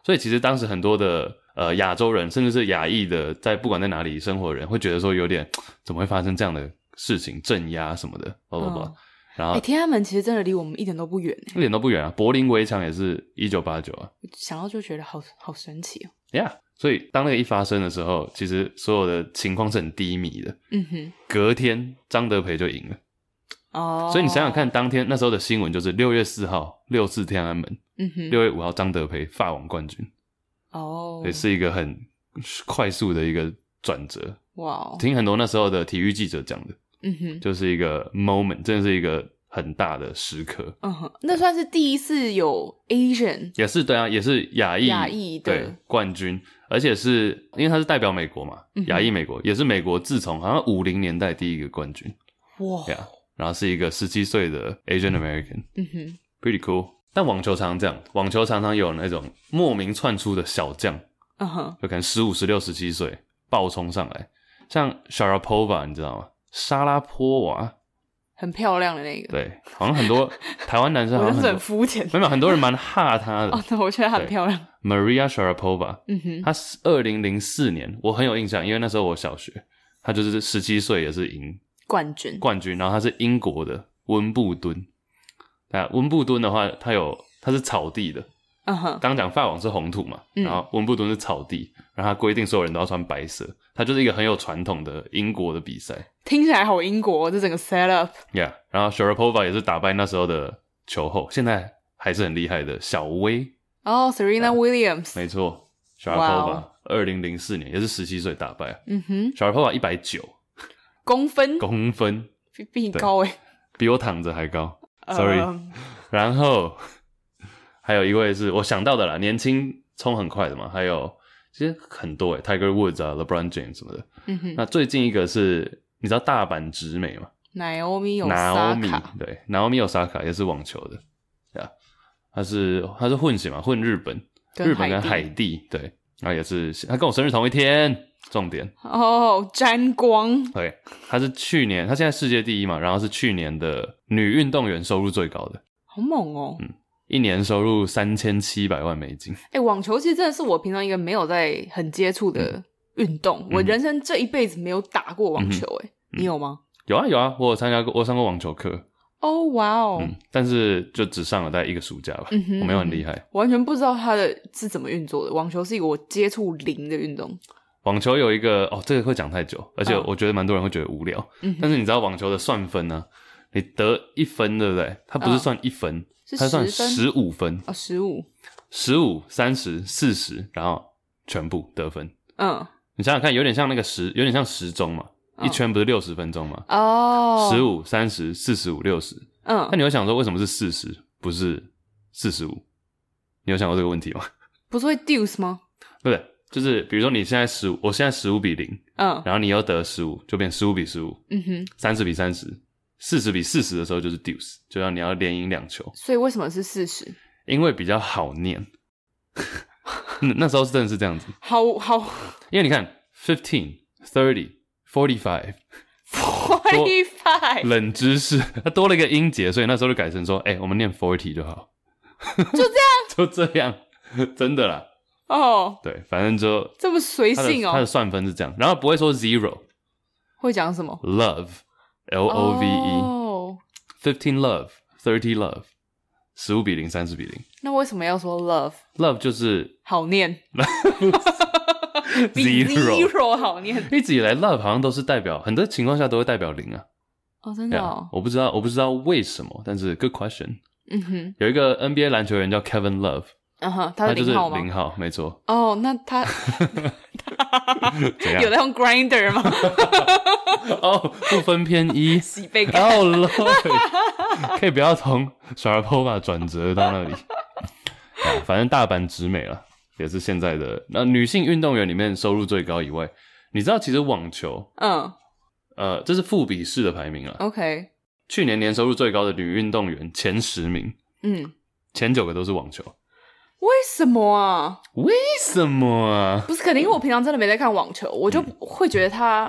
所以其实当时很多的呃亚洲人，甚至是亚裔的，在不管在哪里生活的人，会觉得说有点怎么会发生这样的事情，镇压什么的，不不不嗯，然哎、后天安门其实真的离我们一点都不远欸一点都不远啊，柏林围墙也是一九八九啊，想到就觉得好好神奇哦。呀、yeah,，所以当那个一发生的时候，其实所有的情况是很低迷的。嗯哼，隔天张德培就赢了，哦，所以你想想看，，当天那时候的新闻就是六月四号六四天安门，嗯哼，六月五号张德培法网冠军，哦，也是一个很快速的一个转折。哇哦，听很多那时候的体育记者讲的，嗯哼，就是一个 moment，真的是一个很大的时刻。嗯哼，那算是第一次有 Asian 也是对啊，也是亚裔亚裔的对冠军，而且是因为他是代表美国嘛嗯，哼亚裔美国也是美国自从好像五零年代第一个冠军，哇，对啊，然后是一个十七岁的 Asian American，pretty 嗯哼， cool。但网球常常这样，网球常常有那种莫名窜出的小将，嗯哼，就可能十五、十六、十七岁爆冲上来，像 Sharapova 你知道吗？莎拉波娃，很漂亮的那个，对，好像很多台湾男生好 我像很就是多嗯很 肤浅没有很多人蛮哈她的、哦，对，我觉得她很漂亮， Maria Sharapova，嗯哼，他是二零零四年，我很有印象，因为那时候我小学，他就是十七岁也是赢冠军，冠军，然后他是英国的温布敦。那温布敦的话，它有它是草地的，嗯哼，刚讲法网是红土嘛，嗯然后温布敦是草地，然后它规定所有人都要穿白色，它就是一个很有传统的英国的比赛听起来好英国哦，这整个 set up， ，Yeah。然后 Sharapova 也是打败那时候的球后，现在还是很厉害的小威，哦，Serena Williams，没错哇哦，Sharapova 二零零四年也是十七岁打败啊嗯哼， Sharapova 一百九，公分公分，比比你高哎比我躺着还高。呃 Sorry，、然后还有一位是我想到的啦，年轻冲很快的嘛，还有其实很多诶、t i g e r Woods 啊，LeBron James 什么的。嗯哼那最近一个是你知道大阪直美吗？ ，Naomi 有拿萨欧米卡，对，拿欧米有萨卡也是网球的，对啊，他是他是混血嘛，混日本，跟日本跟海海地地对，然后也是他跟我生日同一天，重点。哦，沾光，对，她是去年，她现在世界第一嘛，然后是去年的女运动员收入最高的，好猛哦！嗯一年收入三千七百万美金。哎、网球其实真的是我平常一个没有在很接触嗯的运动，我人生这一辈子没有打过网球、嗯哎、你有吗？有啊有啊，我有参加过，我有上过网球课，哦，哇哦，嗯，但是就只上了大概一个暑假吧，嗯哼我没有很厉害。完全不知道它的是怎么运作的。网球是一个我接触零的运动，网球有一个哦，这个会讲太久，而且嗯我觉得蛮多人会觉得无聊。嗯哼但是你知道网球的算分呢、你得一分对不对？它不是嗯算一分，是它算10分十五分，哦，十五，十五、三十、四十，然后全部得分。嗯，你想想看，有点像那个时，有点像时钟嘛，嗯一圈不是六十分钟嘛？哦，十，五、三十、四十五、六十。嗯那，你会想说，为什么是四十，不是四十五？你有想过这个问题吗？ 不是会 deuce 吗？对不对？就是比如说你现在十五，我现在十五比零，嗯然后你又得十五，就变十五比十五，嗯哼，三十比三十，四十比四十的时候就是 deuce，就让你要连赢两球，所以为什么是四十？因为比较好念。 那那时候真的是这样子，好好因为你看 fifteen、thirty、forty five。 forty five，冷知识，它多了一个音节，所以那时候就改成说，哎、我们念 forty 就好， 就这样，就这样，真的啦，哦，对，反正就这么随它的性它的哦，算分是这样，然后不会说 zero 会讲什么 love l o v e 哦 fifteen love thirty love 十五比零三十比零那为什么要说 love？ love 就是好念 比 zero， zero 好念一直以来 love 好像都是代表很多情况下都会代表零啊，哦，真对的啊哦，，我不知道我不知道为什么，但是 good question，嗯哼，有一个 NBA 篮球员叫 Kevin Love，嗯哼，他他是就是零号零吗？号，没 错。哦，那他怎样有在用 grinder 吗？。哦，不分偏一洗 被盖，哦 Lord，可以不要从 Sharapova 转折到那里。啊，反正大阪直美了，也是现在的那女性运动员里面收入最高以外，你知道其实网球，嗯呃，这是副比式的排名啊。 ，OK，去年年收入最高的女运动员前十名，嗯，前九个都是网球。为什么啊？为什么啊？不是肯定，因为我平常真的没在看网球，我就会觉得他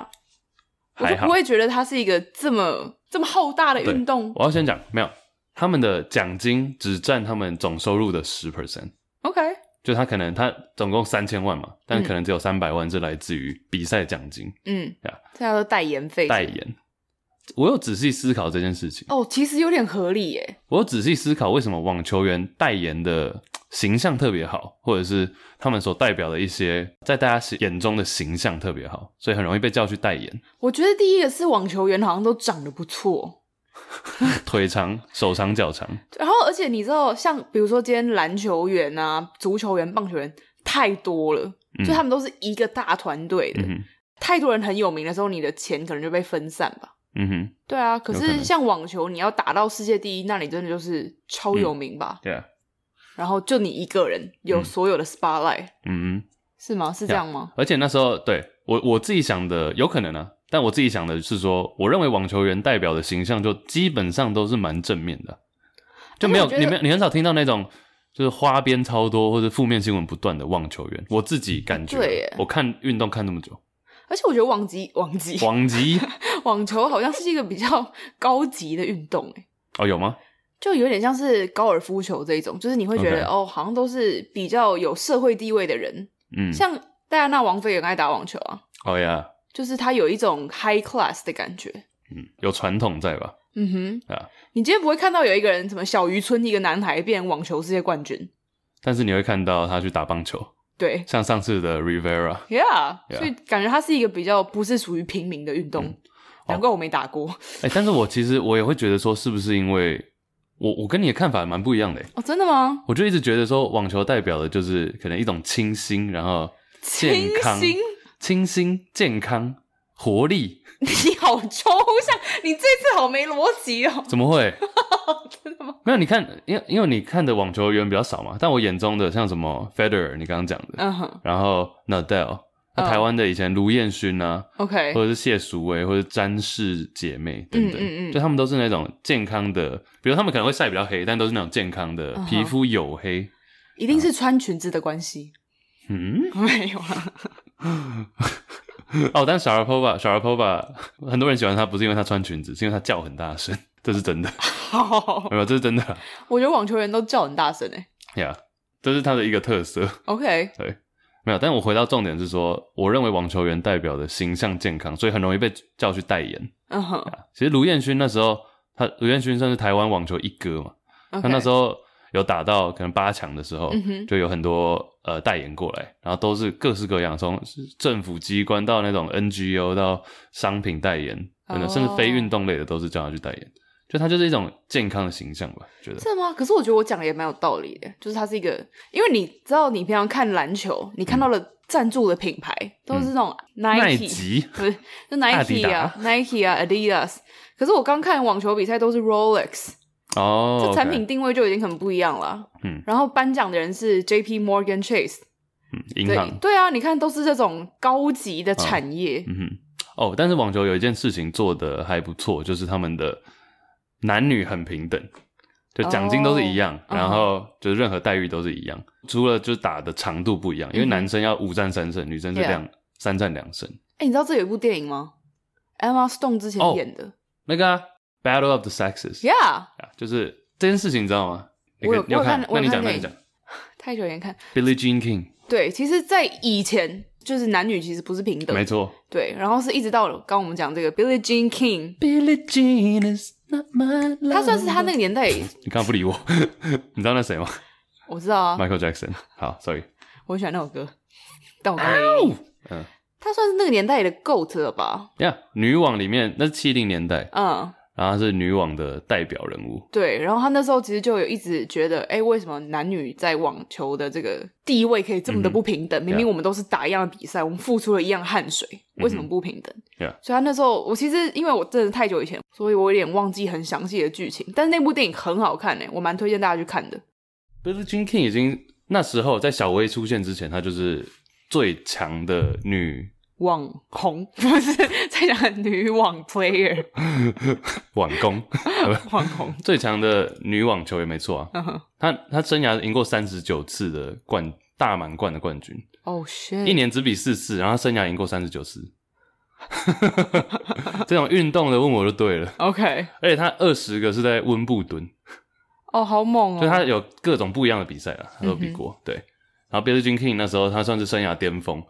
我嗯还就好不。会觉得它是一个这么这么浩大的对运动。我要先讲，没有他们的奖金只占他们总收入的十 percent， OK，就他可能他总共三千万嘛，但嗯可能只有三百万是来自于比赛奖金、嗯对啊，这叫做代言费。代言。我有仔细思考这件事情，哦，其实有点合理耶。我有仔细思考为什么网球员代言的形象特别好，或者是他们所代表的一些在大家眼中的形象特别好，所以很容易被叫去代言。我觉得第一个是网球员好像都长得不错，腿长、手长、脚长，然后而且你知道，像比如说今天篮球员啊、足球员、棒球员太多了，嗯就他们都是一个大团队的。嗯哼，太多人很有名的时候，你的钱可能就被分散吧。嗯哼，对啊，可有可是能像网球，你要打到世界第一，那你真的就是超有名吧？对啊，然后就你一个人有嗯所有的 spotlight，、嗯哼。是吗？是这样吗？而且那时候对我我自己想的有可能啊，但我自己想的是说，我认为网球员代表的形象就基本上都是蛮正面的，就没有而且哎我觉得你没有你很少听到那种就是花边超多或者负面新闻不断的网球员。我自己感觉啊，对耶我看运动看那么久，而且我觉得网级 网级王 吉网球好像是一个比较高级的运动、欸，哦有吗？就有点像是高尔夫球这一种，就是你会觉得 OK 哦，好像都是比较有社会地位的人，嗯，像戴安娜王妃也很爱打网球啊，哦呀，就是她有一种 high class 的感觉。嗯，有传统在吧？嗯哼，啊你今天不会看到有一个人什么小渔村一个男孩变网球世界冠军，但是你会看到他去打棒球，对像上次的 Rivera， ，Yeah，, Yeah 所以感觉它是一个比较不是属于平民的运动，嗯哦难怪我没打过哎、但是我其实我也会觉得说，是不是因为我我跟你的看法蛮不一样的欸、哦，真的吗？我就一直觉得说，网球代表的就是可能一种清新，然后健康、清新清新、健康、活力。你好抽象，你这次好没逻辑哦。怎么 会？真的吗？没有，你看，因为因为你看的网球员比较少嘛，但我眼中的像什么 Federer，你刚刚讲的，嗯哼然后 Nadal，那、嗯台湾的以前卢彦勋啊， ，OK，或者是谢淑薇，或者是詹氏姐妹等等，嗯嗯嗯就他们都是那种健康的，比如他们可能会晒比较黑，但都是那种健康的，嗯哼皮肤黝黑。一定是穿裙子的 关系，嗯，没有啦。 哦，但 Sharapova Sharapova 很多人喜欢她，不是因为她穿裙子，是因为她叫很大声，这是真的，好，没有，这是真的啊我觉得网球员都叫很大声诶、呀这是她的一个特色。 OK，没有，但我回到重点是说，我认为网球员代表的形象健康，所以很容易被叫去代言。嗯哼其实卢彦勋那时候，他卢彦勋算是台湾网球一哥嘛， ，OK，他那时候有打到可能八强的时候，嗯哼就有很多呃代言过来，然后都是各式各样，从政府机关到那种 NGO 到商品代言等等，哦甚至非运动类的都是叫他去代言。就他就是一种健康的形象吧，觉得真的吗？可是我觉得我讲的也蛮有道理的，就是它是一个，因为你知道，你平常看篮球，你看到的赞助的品牌、都嗯是那种 Nike，耐吉不是就阿迪 Nike 达啊，Nike 啊，Adidas。可是我刚看网球比赛都是 Rolex，哦，这 OK 产品定位就已经很不一样了。嗯，然后颁奖的人是 J P Morgan Chase，嗯银对行，对啊，你看都是这种高级的产业，嗯哼，哦，但是网球有一件事情做的还不错，就是他们的男女很平等，就奖金都是一样，哦然后就是任何待遇都是一样，除了就是打的长度不一样，因为嗯哼男生要五战三胜，女生是 Yeah 两三战两胜。哎、你知道这有一部电影吗？Emma Stone 之前哦演的、那个、啊、Battle of the Sexes，、 y e a h 啊就是这件事情，你知道吗？你我可以有你有我有看看？那我有你讲，看那电你影讲。太久没看。 Billie Jean King，对，其实，在以前就是男女其实不是平等没，错。对，然后是一直到刚刚我们讲这个 Billie Jean King， Billie Jean is not my love。他算是他那个年代，你刚刚不理我， 你知道那谁吗、我知道啊 m，i c h a e l Jackson。好，sorry。我很喜欢那首歌，但我刚刚没理你。嗯他算是那个年代的 GOAT 了吧？呀女网里面那是七零年代，嗯，然后她是女网的代表人物。对。然后他那时候其实就有一直觉得，哎、为什么男女在网球的这个地位可以这么的不平等？明嗯明 Yeah 我们都是打一样的比赛，我们付出了一样汗水，为什么嗯哼不平等 Yeah 所以他那时候，我其实因为我真的太久以前，所以我有点忘记很详细的剧情。但是那部电影很好看诶、欸我蛮推荐大家去看的。 Billie Jean King 已经那时候在小威出现之前，她就是最强的女网红 不是在讲女网 player 网工， 网红，最强的女网球也没错啊。嗯哼，她她生涯赢过三十九次的冠大满贯的冠军，Oh, 哦、oh、shit，一年只比四次，然后她生涯赢过三十九次， 这种运动的问我就对了。 OK，而且他二十个是在温布敦，哦，好猛哦！嗯就他有各种不一样的比赛啊，他都比过。对，然后 Billie Jean King 那时候他算是生涯巅峰。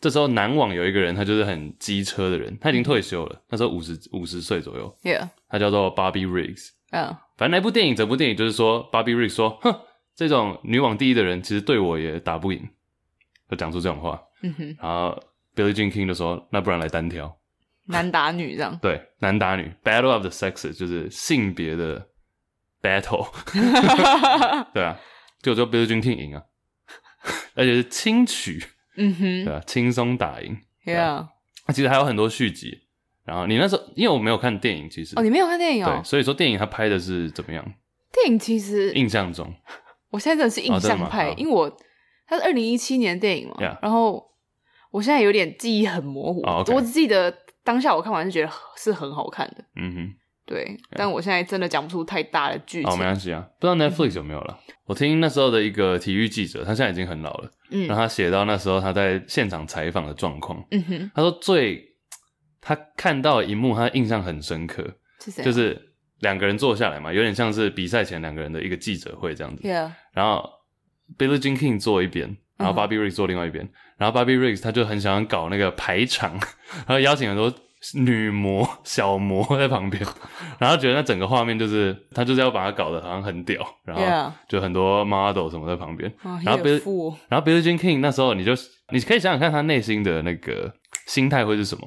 这时候男网有一个人，他就是很机车的人，他已嗯经退休了，那时候五十五十岁左右， Yeah，他叫做 Bobby Riggs。嗯反正那部电影，整部电影就是说，Bobby Riggs 说：“哼，这种女网第一的人，其实对我也打不赢。”就讲出这种话，嗯哼，然后 Billie Jean King 就说：“那不然来单挑，男打女这样。对，男打女，Battle of the Sexes，就是性别的 battle。”对啊，结果就 Billie Jean King 赢啊，而且是轻取，嗯哼对啊，轻松打赢。 ，Yeah。那其实还有很多续集。然后你那时候，因为我没有看电影，其实、哦，你没有看电影哦对，？所以说电影它拍的是怎么样？电影其实印象中，我现在真的是印哦真的象吗派，好因为我它是二零一七年的电影嘛 Yeah 然后我现在有点记忆很模糊哦，OK 我只记得当下我看完是觉得是很好看的，嗯哼。对但我现在真的讲不出太大的剧哦，没情。关系啊，不知道 Netflix 有没有了。我听那时候的一个体育记者，他现在已经很老了，嗯然后他写到那时候他在现场采访的状况，嗯哼，他说最他看到一幕，他印象很深刻，是谁？啊就是两个人坐下来嘛，有点像是比赛前两个人的一个记者会这样子， Yeah，然后 Billie Jean King 坐一边。然后嗯 Bobby Riggs 坐另外一边，然后 Bobby Riggs 他就很想搞那个排场，然后邀请很多女模、小模在旁边，然后觉得那整个画面就是他就是要把它搞得好像很屌，然后 Yeah 就很多 model 什么在旁边，哦，然后也 Bill- 有富哦然后 Billie Jean King 那时候你就你可以想想看他内心的那个心态会是什么，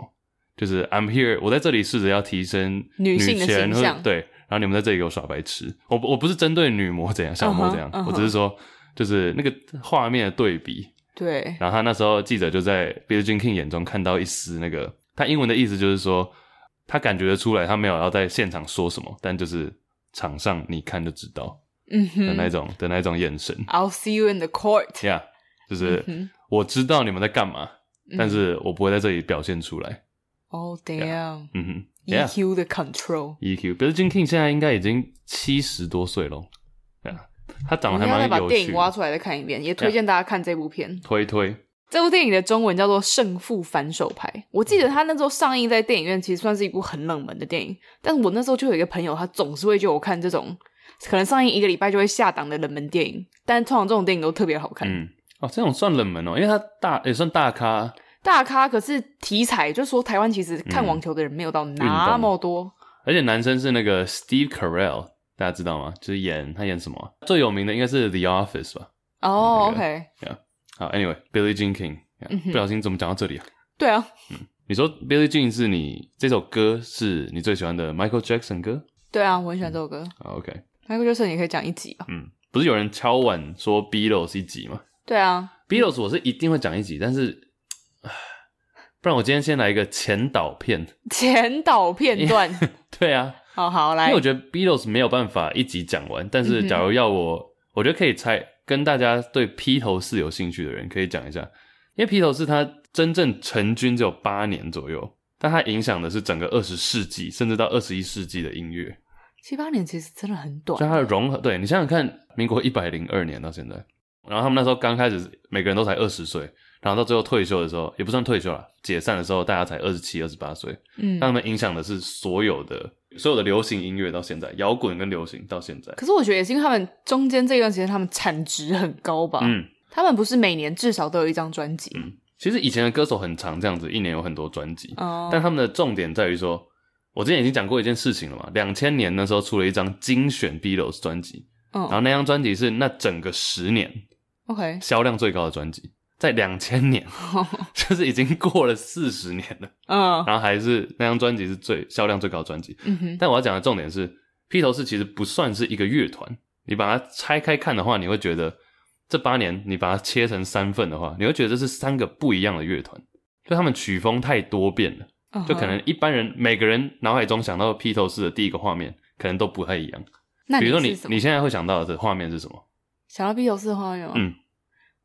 就是 I'm here，我在这里试着要提升女性的权形或者象对，然后你们在这里给我耍白痴，我不我不是针对女模怎样、小模怎样嗯哼嗯我哼只是说就是那个画面的对比，对，然后他那时候记者就在 Billie Jean King 眼中看到一丝那个，他英文的意思就是说，他感觉得出来，他没有要在现场说什么，但就是场上你看就知道嗯的那哼种、的那种眼神，I'll see you in the court。 ，Yeah，就是、嗯我知道你们在干嘛，哼但是我不会在这里表现出来。 Oh damn，EQ 嗯哼，Yeah，EQ。E E 的 control， Billie Jean King 现在应该已经七十多岁喽，yeah, 他我长们得还要再蛮把有电趣影的挖出来再看一遍，也推 Yeah 荐大家看这部片。推推，这部电影的中文叫做《胜负反手牌》。我记得它那时候上映在电影院，其实算是一部很冷门的电影。但是我那时候就有一个朋友，他总是会叫我看这种可能上映一个礼拜就会下档的冷门电影，但通常这种电影都特别好看。嗯，哦，这种算冷门哦，因为他大也算大咖，大咖可是题材，就说台湾其实看嗯网球的人没有到那么多。而且男生是那个 Steve Carell，大家知道吗？就是演他演什么啊、最有名的应该是 The Office 吧。那哦、o 个 k 好，Anyway，Billie Jean King，、嗯哼不小心怎么讲到这里啊？对啊，你说 Billie Jean 是你这首歌是你最喜欢的 Michael Jackson 歌对啊，我很喜欢这首歌。啊？OK， Michael Jackson 也可以讲一集啊吧？嗯，不是有人敲碗说 Beatles 一集吗对啊， ？Beatles 我是一定会讲一集，但是，唉不然我今天先来一个前导片。 前导片段。对啊，好好因来为我，觉得 Beatles 没有办法一集讲完，但嗯是哼假如要我，我觉得可以猜，跟大家对披头士有兴趣的人可以讲一下，因为披头士他真正成军只有八年左右，但他影响的是整个二十世纪，甚至到二十一世纪的音乐，七八年其实真的很短所以。它的融合，对你想想看，民国一百零二年到现在，然后他们那时候刚开始，每个人都才二十岁，然后到最后退休的时候，也不算退休了，解散的时候大家才二十七、二十八岁，嗯，让他们影响的是所有的所有的流行音乐到现在，摇滚跟流行到现在。可是我觉得也是因为他们中间这段时间他们产值很高吧，嗯他们不是每年至少都有一张专辑，嗯，其实以前的歌手很长这样子，一年有很多专辑，哦、但他们的重点在于说，我之前已经讲过一件事情了嘛，两千年那时候出了一张精选 Beatles 专辑，然后嗯那张专辑是那整个十年，OK，销量最高的专辑。在两千年，哦 就是已经过了四十年了，嗯然后还是那张专辑是最销量最高的专辑。嗯哼，但我要讲的重点是，披头士其实不算是一个乐团。你把它拆开看的话，你会觉得这八年你把它切成三份的话，你会觉得这是三个不一样的乐团，就他们曲风太多变了，嗯哼就可能一般人每个人脑海中想到披头士的第一个画面，可能都不太一样。那比如说你你是什么你现在会想到的画面是什么？想到披头士的画面吗？嗯，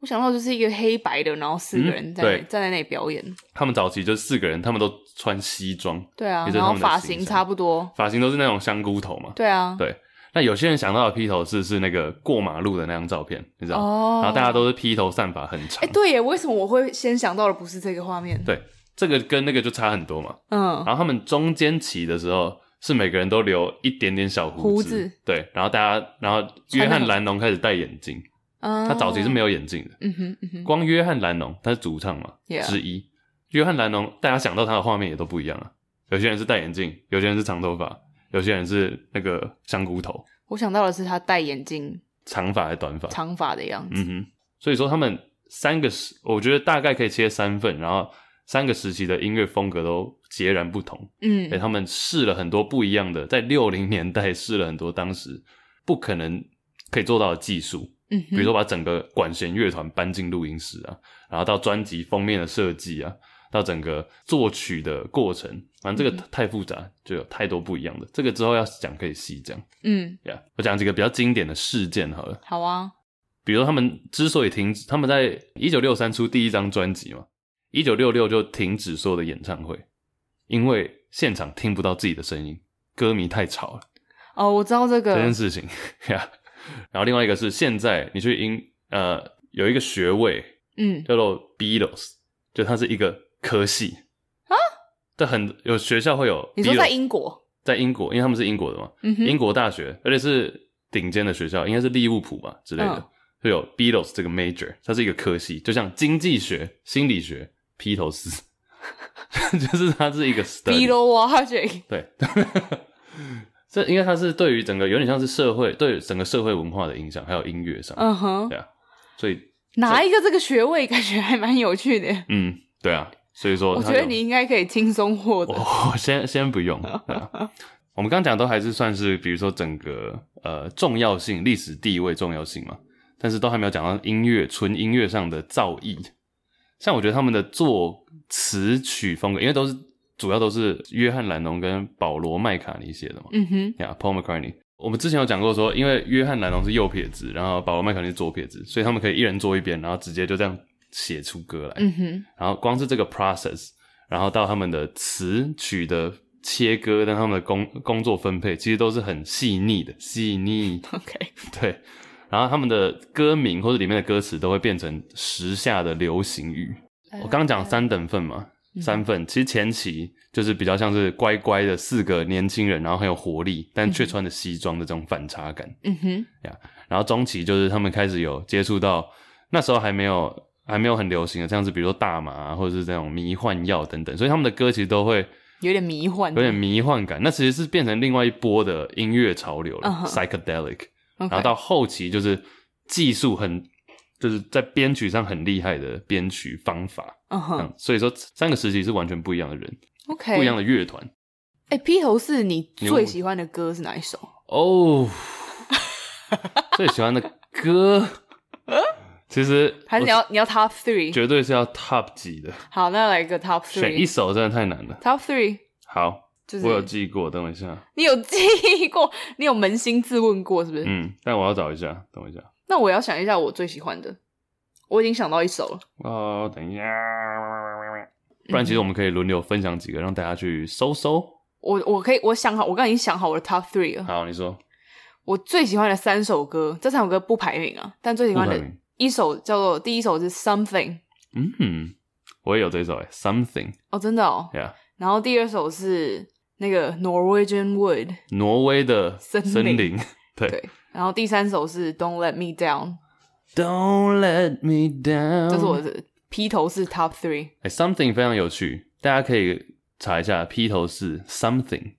我想到就是一个黑白的，然后四个人嗯在那、对站在那里表演，他们早期就四个人，他们都穿西装，对啊，也就是然他后们的发形型象差不多，发型都是那种香菇头嘛。对啊，对那有些人想到的披头士是那个过马路的那张照片，你知道吗？哦，然后大家都是披头散发很长哎、。对耶，为什么我会先想到的不是这个画面？对，这个跟那个就差很多嘛。嗯，然后他们中间骑的时候，是每个人都留一点点小胡胡子对。然后大家，然后约翰·兰农开始戴眼镜，他他早期是没有眼镜的。嗯哼嗯哼，光约翰·兰农，他是主唱嘛 Yeah 之一。约翰·兰农，大家想到他的画面也都不一样啊。有些人是戴眼镜，有些人是长头发，有些人是那个香菇头，我想到的是他戴眼镜、长发还是短发？长发的样子。嗯哼，所以说他们三个时，我觉得大概可以切三份，然后三个时期的音乐风格都截然不同。嗯哎、他们试了很多不一样的，在六零年代试了很多当时不可能可以做到的技术，嗯比如哼，说把整个管弦乐团搬进录音室啊，然后到专辑封面的设计啊，到整个作曲的过程，反正这个太复杂，就有太多不一样的。这个之后要讲可以细讲嗯，呀。Yeah，我讲几个比较经典的事件好了。好啊，比如说他们之所以停止，他们在一九六三出第一张专辑嘛，一九六六就停止所有的演唱会，因为现场听不到自己的声音，歌迷太吵了、哦，我知道这这件个，事情。 呀，然后另外一个是现在你去英呃有一个学位嗯，叫做 Beatles，就它是一个科系啊，这很有学校会有 Beatles, 你说在英国，在英国，因为他们是英国的嘛，嗯哼，英国大学，而且是顶尖的学校，应该是利物浦吧之类的嗯，就有 Beatles 这个 major，它是一个科系，就像经济学、心理学、披头士， 就是它是一个 study。 Below Watching，对， 这因为它是对于整个有点像是社会对整个社会文化的影响，还有音乐上，嗯哼，对啊，所以拿一个这个学位，感觉还蛮有趣的。嗯，对啊，所以说我它觉得有你应该可以轻松获 得。我先先不用。对啊、我们刚讲都还是算是，比如说整个呃重要性、历史地位重要性嘛，但是都还没有讲到音乐纯音乐上的造诣。像我觉得他们的作词曲风格，因为都是主要都是约翰·兰农跟保罗·麦卡尼写的嘛，嗯哼，呀、p a u l McCartney。我们之前有讲过说，因为约翰·兰农是右撇子，然后保罗·麦卡尼是左撇子，所以他们可以一人坐一边，然后直接就这样写出歌来。嗯哼，然后光是这个 process，然后到他们的词曲的切割，跟他们的工工作分配，其实都是很细腻的，细腻 OK，对。然后他们的歌名或者里面的歌词都会变成时下的流行语。我刚刚讲三等份嘛，三份其实前期就是比较像是乖乖的四个年轻人，然后很有活力，但却穿着西装的这种反差感。嗯哼，然后中期就是他们开始有接触到那时候还没有还没有很流行的，像是比如说大麻、啊、或者是这种迷幻药等等，所以他们的歌其实都会有点迷幻，有点迷幻感。那其实是变成另外一波的音乐潮流了、嗯哼 p s y c h e d e l i c 然然后到后期就是技术很就是在编曲上很厉害的编曲方法，嗯哼嗯，所以说三个时期是完全不一样的人， ，OK，不一样。的乐团哎，披头士，你你问最我喜欢的歌是哪一首？哦。 最喜欢的 歌，其实还是我你要你要 Top Three？绝对是要 top 级的，好，那来一个 Top 选一 Three。首真的太难了。 Top Three 好，就是我有记过，等我一下，你有记过， 你有扪心自问过是不是？嗯，但我要找一下，等我一下，那我要想一下我最喜欢的，我已经想到一首了。哦，等一下，嗯不然其实我们可以轮流分享几个，让大家去搜搜。我我可以我想好，我刚刚已经想好我的 Top Three 了。好，你说，我最喜欢的三首歌，这三首歌不排名啊，但最喜欢不的排名一首叫做第一首是 Something 嗯，我也有这首哎诶，Something，yeah，哦，真的哦。然后第二首是那个 Norwegian Wood，挪威的森林森林，对对。然后第三首是 Don't Let Me Down， ，Don't let me down，这是我嗯的披头士 Top Three。哎、s o m e t h i n g 非常有趣，大家可以查一下披头士 Something，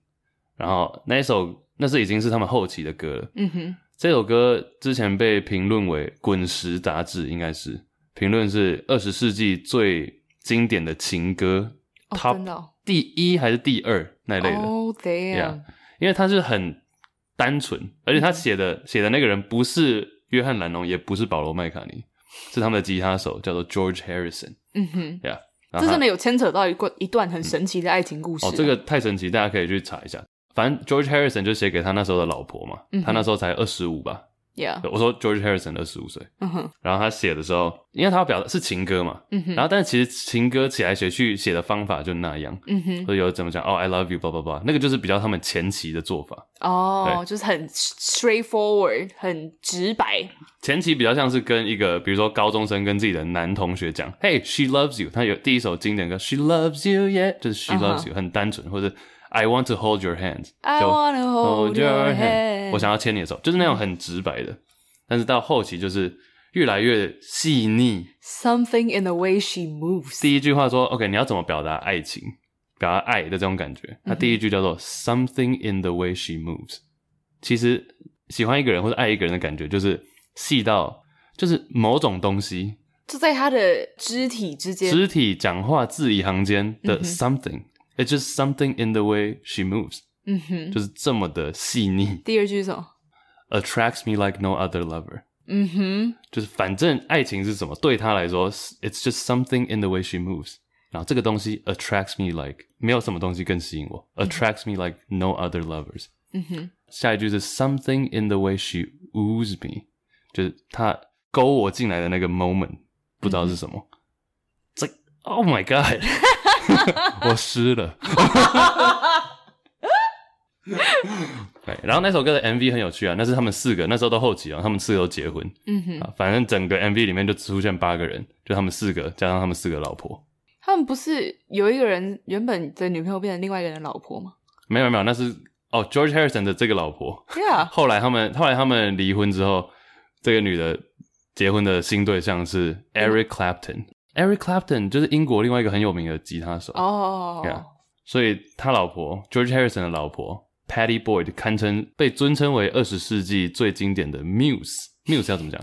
然后那一首那是已经是他们后期的歌了。嗯哼，这首歌之前被评论为《滚石》杂志应该是评论是二十世纪最经典的情歌、哦 Top 真的哦第一还是第二那类的， Oh damn， Yeah 因为它是很单纯，而且他嗯写的写的那个人不是约翰·兰农，也不是保罗·麦卡尼，是他们的吉他手叫做 George Harrison。嗯哼， Yeah，然后这他真的有牵扯到一个一段很神奇的爱情故事啊。哦，这个太神奇，大家可以去查一下。反正 George Harrison 就写给他那时候的老婆嘛，嗯哼他那时候才二十五吧， ，Yeah，我说 George Harrison 二十五岁，嗯哼，然后他写的时候，因为他要表达是情歌嘛，嗯哼，然后但是其实情歌写来写去写的方法就那样，嗯哼，所以有怎么讲哦，I love you，blah blah blah，那个就是比较他们前期的做法，哦，就是很 straightforward，很直白，前期比较像是跟一个，比如说高中生跟自己的男同学讲，Hey she loves you，他有第一首经典歌 She loves you yeah，就是 She 嗯哼 loves you，、很单纯，或者 I want to hold your hand， I 就 wanna hold your hand 我想要牵你的手，就是那种很直白的，但是到后期就是越来越细腻。 Something in the way she moves. 第一句话说 OK，你要怎么表达爱情，表达爱的这种感觉？那第一句叫做 Something in the way she moves。其实喜欢一个人或者爱一个人的感觉，就是细到就是某种东西，就在她的肢体之间。肢体、讲话、字里行间的 something。It's just something in the way she moves，嗯哼。就是这么的细腻第二句是什么？ ，attracts me like no other lover。嗯哼。就是反正爱情是什么，对他来说是，it's just something in the way she moves。然后这个东西 attracts me like 没有什么东西更吸引我，attracts me like no other lovers。嗯哼。下一句是 something in the way she woos me，就是他勾我进来的那个 moment，不知道是什么。这 Oh my God，我湿了。对，然后那首歌的 MV 很有趣啊，那是他们四个那时候都后期啊，他们四个都结婚，嗯哼。啊，反正整个 MV 里面就出现八个人，就他们四个加上他们四个老婆。他们不是有一个人原本的女朋友变成另外一个人的老婆吗没有没有，那是哦，George Harrison 的这个老婆。 ？Yeah，后来他们后来他们离婚之后，这个女的结婚的新对象是 Eric Clapton。Eric Clapton 就是英国另外一个很有名的吉他手，哦 Yeah，所以他老婆 George Harrison 的老婆 Patty Boyd 堪称被尊称为二十世纪最经典的 Muse。Muse 要怎么讲？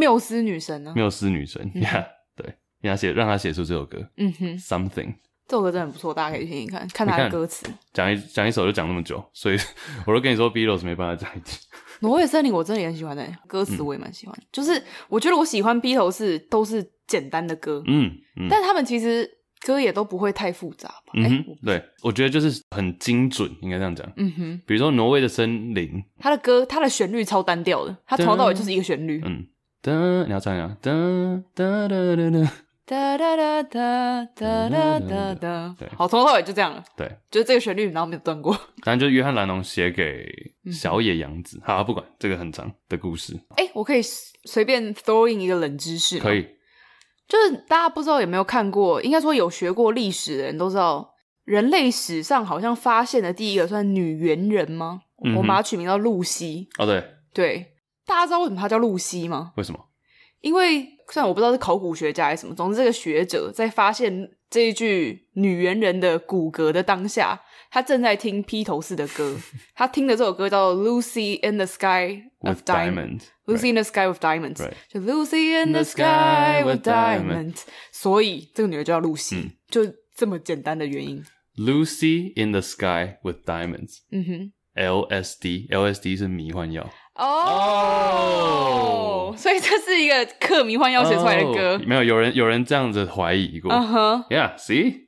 缪斯女神啊呢？缪斯女神。Yeah，对，让她写让她写出这首歌嗯哼， Something。这首歌真的很不错，大家可以听听看，看你它的看歌词。讲一讲一首就讲那么久，所以 我都跟你说 Beatles 没办法讲一集。挪威森林我真的也很喜欢的、歌嗯词我也蛮喜欢。就是我觉得我喜欢 Beatles 都是简单的歌，嗯嗯但他们其实歌也都不会太复杂吧？嗯哎哼，对，我觉得就是很精准，应该这样讲。嗯哼，比如说挪威的森林，他的歌他的旋律超单调的，他从头到尾就是一个旋律。嗯，噔，你要唱一下，噔噔噔噔噔，哒哒哒哒哒哒哒哒对，好，从头到尾就这样了，对，就是这个旋律，然后没有 断过。当然就是约翰·兰农写给小野洋嗯子。好，不管这个很长的故事，哎、我可以随便 throw in 一个冷知识，可，以。就是大家不知道有没有看过，应该说有学过历史的人都知道，人类史上好像发现的第一个算女猿人吗？嗯哼我把它取名叫露西，哦，对，对，大家知道为什么她叫露西吗？为什么？因为虽然我不知道是考古学家还是什么，总之这个学者在发现这一具女猿人的骨骼的当下，他正在听披头士 的歌，他听的这首歌叫《Lucy in the Sky of With Diamond》。 diamond， Lucy in the Sky with Diamonds，、 Right. 就 Lucy in In the the Sky sky with with Diamonds，所以这个女的就叫露西，嗯就这么简单的原因。 Lucy in the sky with diamonds。嗯哼， LSD，LSD 是迷幻药，哦、哦所以这是一个克迷幻药写出来的哦歌。没有，有人有人这样子怀疑过。嗯哼、 Yeah，see，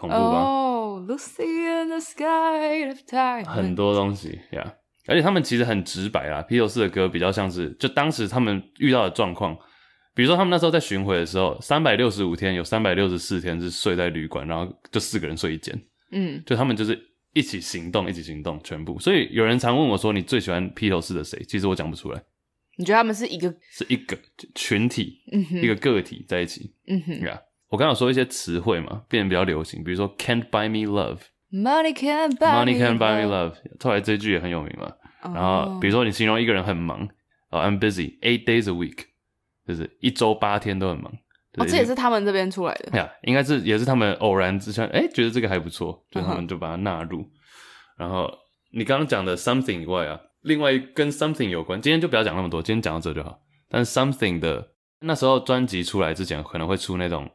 恐怖吧？哦、l u c y in the Sky of Diamonds，很多东西，Yeah。而且他们其实很直白啊啦，披头士的歌比较像是就当时他们遇到的状况，比如说他们那时候在巡回的时候，三百六十五天有三百六十四天是睡在旅馆，然后就四个人睡一间，嗯就他们就是一起行动，一起行动，全部。所以有人常问我说你最喜欢披头士的谁？其实我讲不出来，，你觉得他们是一个是一个群体，嗯哼一个个体在一起嗯哼，Yeah。我刚刚有说一些词汇嘛，变得比较流行，比如说 “can't buy me love”。 money can buy Money can buy me love， love。后来这句也很有名嘛。啊哦然后比如说你形容一个人很忙，哦、i m busy eight days a week，就是一周八天都很忙。哦，就这也是他们这边出来的，呀应该是也是他们偶然之下，哎，觉得这个还不错，就他嗯哼们就把它纳入。然后你刚刚讲的 something 以外啊，另外跟 something 有关，今天就不要讲那么多，今天讲到这就好。但是 something 的那时候专辑出来之前，可能会出那种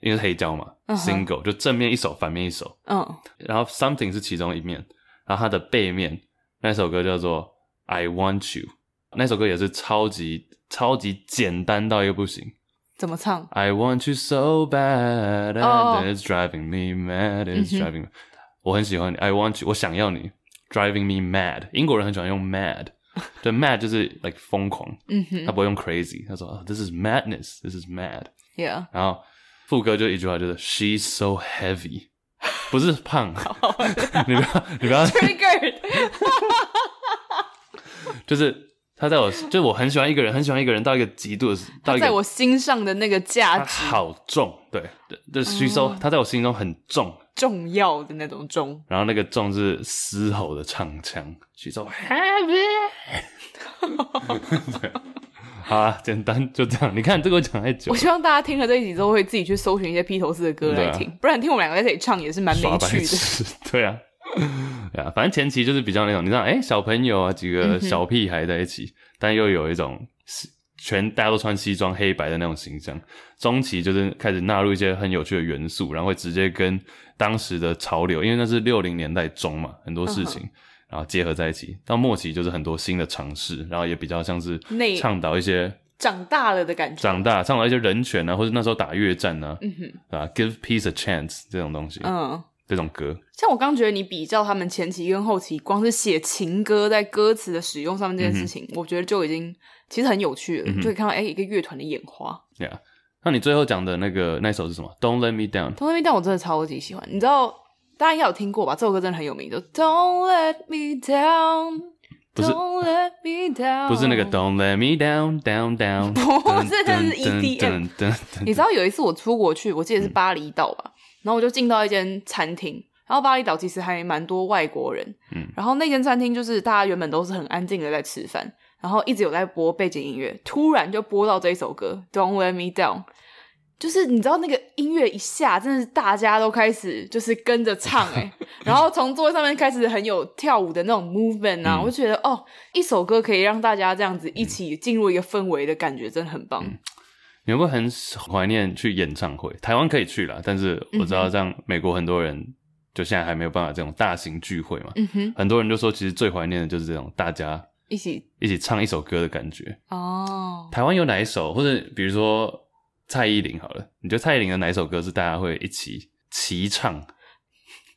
因为是黑胶嘛、嗯哼 single 就正面一首，反面一首。嗯，然后 something 是其中一面，然后它的背面那首歌叫做 I Want You，那首歌也是超级超级简单到一个不行。怎么唱？ I want you so bad, and 哦 it's driving me mad, 嗯 it's 哼 driving、我很喜欢你，I want you，我想要你，driving me mad。英国人很喜欢用 mad，对，mad 就是 like 疯狂，嗯哼他不会用 crazy，他说、oh, this is madness，this is mad。 ，Yeah，然后副歌就一句话，就是 she's so heavy，不 是胖，哦 你不要你不要 triggered，就是他在我，就是我很喜欢一个人，很喜欢一个人到一个极度的，到一个在我心上的那个价他值好重，对，就是 she's so，、他嗯在我心中很重，重要的那种重，然后那个重是嘶吼的唱腔，she's so heavy 对。好啊，简单就这样。你看这个我讲太久我，希望大家听了这一集之后会自己去搜寻一些披头士的歌来听，不然听我们两个在这里唱也是蛮啊耍没白趣的。痴，对啊，对啊，反正前期就是比较那种，你知道，哎、小朋友啊，几嗯个小屁孩在一起，但又有一种西全大家都穿西装黑白的那种形象。中期就是开始纳入一些很有趣的元素，然后会直接跟当时的潮流，因为那是六零年代中嘛，很多嗯事情。然后结合在一起，到末期就是很多新的尝试，然后也比较像是内倡导一些长大了的感觉，长大，倡导一些人权啊，或者那时候打越战啊，嗯哼，啊，give peace a chance 这种东西，嗯。这种歌，像我刚觉得你比较他们前期跟后期，光是写情歌在歌词的使用上面这件事情，我觉得就已经其实很有趣了，嗯嗯哼就可以看到哎、一个乐团的眼花。 Yeah，那你最后讲的那个那首是什么？Don't let me down。 Don't Let Me Down 我真的超级喜欢，你知道大家应该有听过吧？这首歌真的很有名，就 Don't Let Me Down，不是 Don't Let Me Down，不是 那个 Don't let me down down down，哦不是那是 E EDM 你噔知道有一次我出国去，我嗯记得是巴厘岛吧，然后我就进到一间餐厅，然后巴厘岛其实还蛮多外国人，嗯然后那间餐厅就是大家原本都是很安静的在吃饭，然后一直有在播背景音乐，突然就播到这一首歌《Don't Let Me Down》。就是你知道那个音乐一下，真的是大家都开始就是跟着 唱哎、然后从座位上面开始很有跳舞的那种 movement 啊，嗯我就觉得哦，一首歌可以让大家这样子一起进入一个氛围的感觉，真的很嗯棒。你会不会很怀念去演唱会？台湾可以去啦，但是我知道这样美国很多人就现在还没有办法这种大型聚会嘛，嗯哼，很多人就说其实最怀念的就是这种大家一起一起唱一首歌的感觉。哦，台湾有哪一首，或者比如说蔡依林好了，你觉得蔡依林的哪一首歌是大家会一起齐唱？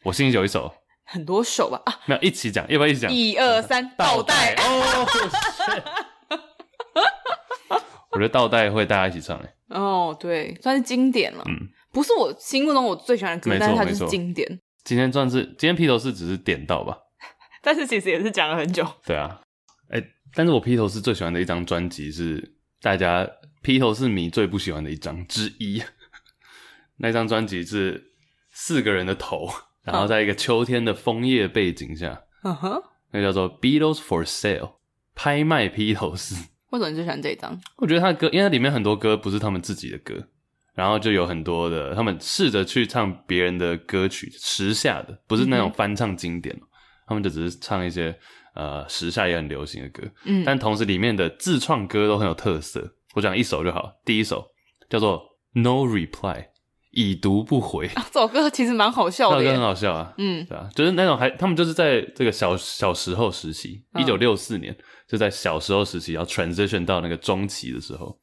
我心里有一首，很多首吧啊，没有一起讲，要不要一起讲？一二嗯三，倒带， 哦，shit 我觉得倒带会大家一起唱欸诶，哦，对，算是经典了。嗯，不是我心目中我最喜欢的歌没，错但是它就没是错经典。今天算是今天披头士只是点到吧？但是其实也是讲了很久。对啊，哎、但是我披头士最喜欢的一张专辑是大家披头士迷最不喜欢的一张之一， 那张专辑是四个人的头，然后在一个秋天的枫叶背景下，嗯哼，那叫做 Beatles for Sale，拍卖披头士。为什么你最喜欢这一张？我觉得他的歌，因为它里面很多歌不是他们自己的歌，然后就有很多的他们试着去唱别人的歌曲，时下的，不是那嗯种翻唱经典哦，他们就只是唱一些呃时下也很流行的歌，嗯但同时里面的自创歌都很有特色。我讲一首就好，第一首叫做《No Reply》，已读不回，啊这首歌其实蛮好笑那的首歌很耶。好笑啊，嗯对啊，就是那种还他们就是在这个小小时候时期，嗯一九六四年就在小时候时期要 transition 到那个中期的时候，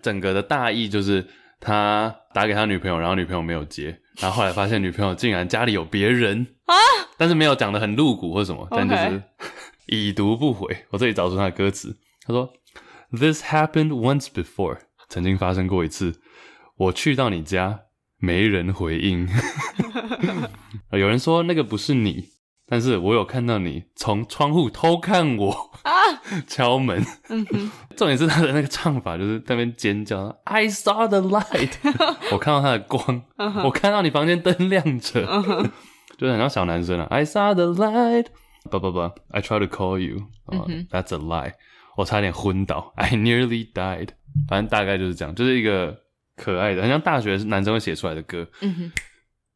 整个的大意就是他打给他女朋友，然后女朋友没有接，然后后来发现女朋友竟然家里有别人啊，但是没有讲的很露骨或什么，但就是 OK 已读不回。我这里找出他的歌词，他说：“This happened once before，曾经发生过一次，我去到你家，没人回 应。”呃有人说那个不是你，但是我有看到你从窗户偷看我啊， 敲门。嗯哼，重点是他的那个唱法，就是在那边尖叫，I saw the light，我 看到他的光，我看到你房间灯亮着，就是很像小男生啊，I saw the light，不不不，I try to call you，、嗯哼 t h a t s a lie，我差点昏倒，I nearly died，反正大概就是这样，就是一个可爱的，很像大学男生会写出来的歌，嗯哼。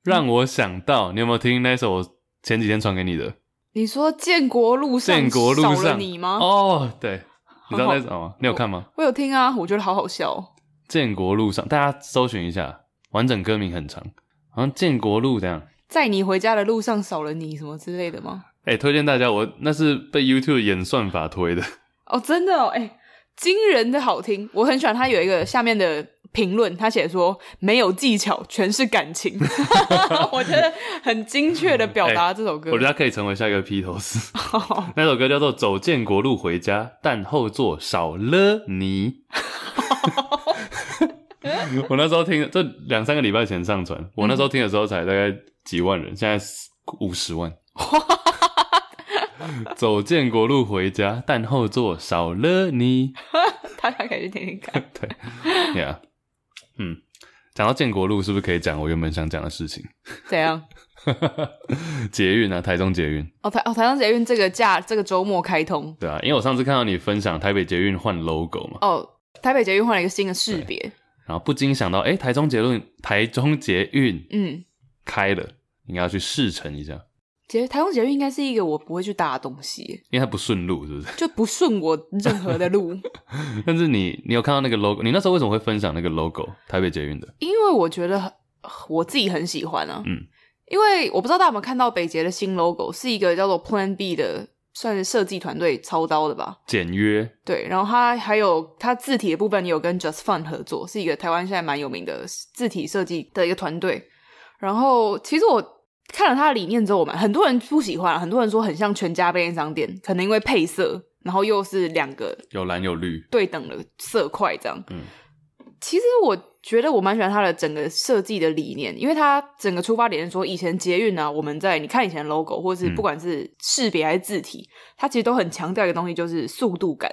让我想到，你有没有听那首我前几天传给你的《你说建国路上建国路少了上》？你吗？哦，对，你知道好好那首吗？你有看吗？我有听啊，我觉得好好笑哦。建国路上，大家搜寻一下，完整歌名很长，好像建国路这样。在你回家的路上少了你什么之类的吗？哎、推荐大家，我那是被 YouTube 演算法推的，哦，真的哦，哎、惊人的好听，我很喜欢它有一个下面的评论，他写说没有技巧，全是感情。 我觉得很精确的表达这首嗯歌。哎我觉得他可以成为下一个披头士。那首歌叫做《走建国路回家》，但后座少了你。我那时候听，这两三个礼拜前上传，我那时候听的时候才大概几万人，现在五十万。走建国路回家，但后座少了你。大家可以去听听看。对，Yeah，嗯，讲到建国路，是不是可以讲我原本想讲的事情？ 怎样？捷运啊，台中捷运，哦台哦台中捷运这个假这个周末开通对啊，因为我上次看到你分享台北捷运换 logo 嘛，哦，台北捷运换了一个新的识别。然后不禁想到，哎、台中捷运台中捷运嗯，开了，应该要去试乘一下，捷台中捷运应该是一个我不会去搭的东西，因为它不顺路，是不 是？就不顺我任何的路，但是你你有看到那个 logo，你那时候为什么会分享那个 logo 台北捷运的？因为我觉得很我自己很喜欢啊。嗯，因为我不知道大家有没有看到北捷的新 logo，是一个叫做 Plan B 的，算是设计团队操刀的吧。简约，对，然后它还有它字体的部分也有跟 Just Fun 合作，是一个台湾现在蛮有名的字体设计的一个团队。然后其实我看了它的理念之后，我们很多人不喜欢，很多人说很像全家便利商店，可能因为配色，然后又是两个有蓝有绿，对等的色块这样。嗯，其实我觉得我蛮喜欢它的整个设计的理念，因为它整个出发点是说，以前捷运呢、啊，我们在你看以前的 logo，或是嗯不管是识别还是字体，它其实都很强调一个东西，就是速度感，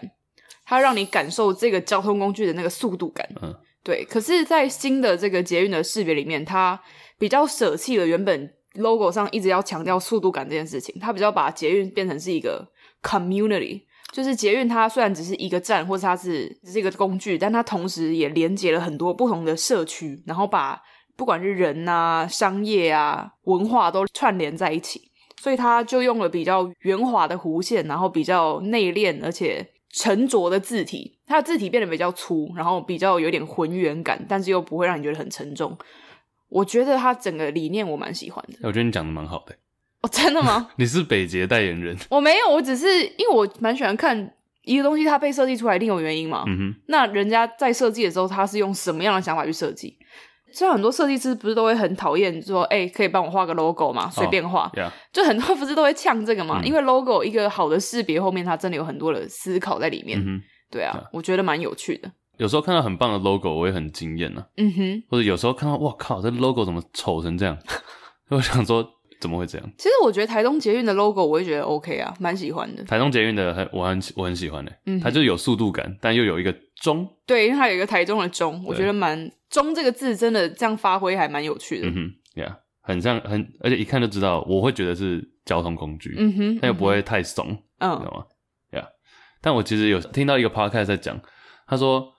它让你感受这个交通工具的那个速度感。嗯，对。可是，在新的这个捷运的识别里面，它比较舍弃了原本 logo 上一直要强调速度感这件事情，它比较把捷运变成是一个 community，就是捷运，它虽然只是一个站，或是它是只是一个工具，但它同时也连接了很多不同的社区，然后把不管是人啊、商业啊、文化都串联在一起。所以它就用了比较圆滑的弧线，然后比较内敛而且沉着的字体，它的字体变得比较粗，然后比较有点浑圆感，但是又不会让你觉得很沉重。我觉得它整个理念我蛮喜欢的。我觉得你讲的蛮好的，欸哦，真的吗？ 你是北捷代言人，我没有，我只是因为我蛮喜欢看一个东西，它被设计出来一定有原因嘛。嗯哼，那人家在设计的时候，他是用什么样的想法去设计？虽然很多设计师不是都会很讨厌说，哎、可以帮我画个 logo 吗？随便画，呀、就很多不是都会呛这个嘛。哦嗯因为 logo 一个好的识别后面，它真的有很多的思考在里面。嗯哼，对啊，我觉得蛮有趣的。有时候看到很棒的 logo，我也很惊艳啊，嗯哼，或者有时候看到，哇靠，这 logo 怎么丑成这样？ 我想说，怎么会这样？其实我觉得台东捷运的 logo 我也觉得 OK 啊，蛮喜欢的。台中捷运的很，我很我很喜欢的、嗯哼它就是有速度感，但又有一个中，对，因为它有一个台中的中，我觉得蛮中这个字真的这样发挥还蛮有趣的。嗯哼，Yeah，很像很，而且一看就知道，我会觉得是交通工具，嗯哼，但又不会太怂，你嗯知道吗？Yeah，但我其实有听到一个 podcast 在讲，他说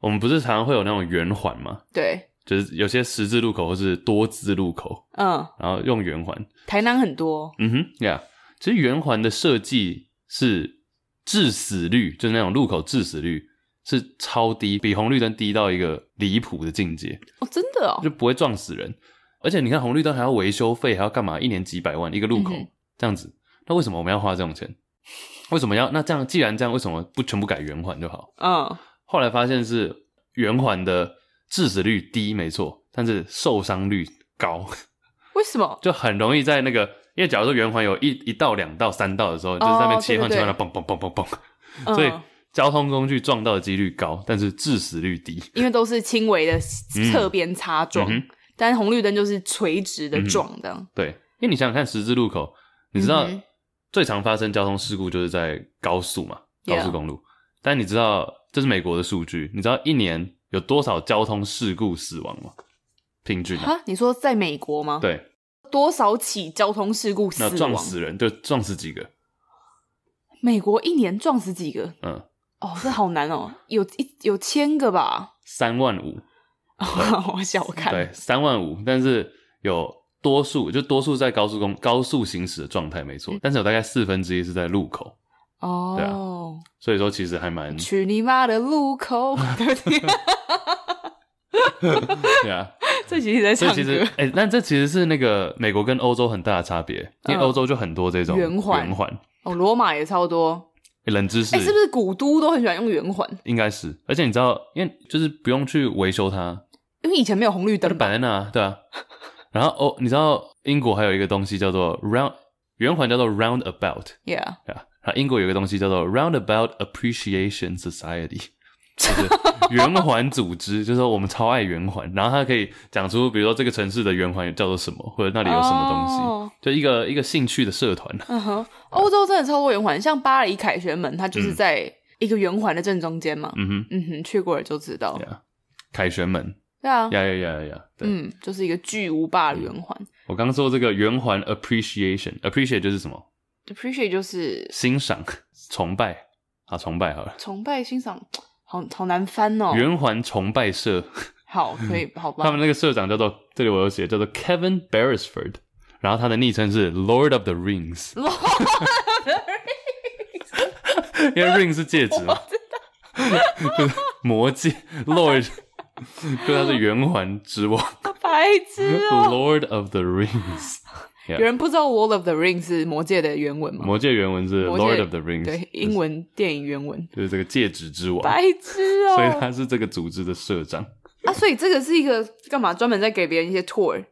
我们不是常常会有那种圆环嘛，对，就是有些十字路口或是多字路口，嗯，然后用圆环，台南很多，嗯哼，Yeah，其实圆环的设计是致死率，就是那种路口致死率。是超低，比红绿灯低到一个离谱的境界。哦，真的哦，就不会撞死人。而且你看红绿灯还要维修费，还要干嘛？一年几百万一个路口、嗯哼这样子，那为什么我们要花这种钱？为什么要？那这样既然这样，为什么不全部改圆环就好？嗯，后来发现是圆环的致死率低，没错，但是受伤率高，为什么？就很容易在那个，因为假如说圆环有一一道、两道、三道的时候，就是在那边切换、哦对切对换到嘣嘣嘣嘣嘣，嗯、所以交通工具撞到的几率高，但是致死率低。因为都是轻微的侧边擦撞，嗯哼嗯但红绿灯就是垂直的撞，这样、对，因为你想想看，十字路口，你知道嗯哼最常发生交通事故就是在高速嘛， Yeah 高速公路。但你知道这是美国的数据，你知道一年有多少交通事故死亡吗？平均、啊、哈？你说在美国吗？，对，多少起交通事故死那亡？撞死人就撞死几个，美国一年撞死几个？嗯，哦，这好难哦，有一有千个吧？ 三万五，我小看，对，三万五，但是有多数就多数在高速公高速行驶的状态没错，嗯但是有大概四分之一是在路口，对啊嗯哦，所以说其实还蛮去你妈的 路口！对不起，对 啊。这集是在所以唱其实歌，，哎、那这其实是那个美国跟欧洲很大的差别，因为嗯欧洲就很多这种圆环圆环，哦，罗马也超多，诶冷知识哎、是不是古都都很喜欢用圆环？应该是，而且你知道，因为就是不用去维修嗯它，因为以前没有红绿它灯就吧？摆在那啊，对啊。然后哦，你知道英国还有一个东西叫做 round 圆环，叫做 roundabout， ，Yeah，对啊。然后英国有一个东西叫做 roundabout appreciation society，就是圆环组织，就是说我们超爱圆环，然后它可以讲出，比如说这个城市的圆环叫做什么，或者那里有什么东西，哦就一个一个兴趣的社团。嗯哼，欧洲真的超多圆环，像巴黎凯旋门，它就是在一个圆环的正中间嘛。嗯嗯哼，去过了就知道。 Yeah 哼，凯旋门，对啊，呀呀呀呀呀，对。嗯，就是一个巨无霸的圆环。我刚说这个圆环 appreciation，appreciate 就是什么？ Appreciate 就是欣赏、崇拜啊，崇拜好了。崇拜、欣赏，好好难翻哦。圆环崇拜社，好，可以，好他吧。们那个社长叫做，这里我有写叫做 Kevin Beresford，然后他的昵称是 Lord of the Rings，因为 ring 是戒指嘛， 魔戒 Lord，所以他是圆环之王白痴哦！ ，Lord of the Rings。有人不知道《Wall of the Ring》是魔戒的原文吗？魔戒原文是魔戒 Lord of the Rings，对，英文电影原文。就是这个戒指之王，白痴哦！所以他是这个组织的社长。啊，所以这个是一个干嘛？专门在给别人一些 tour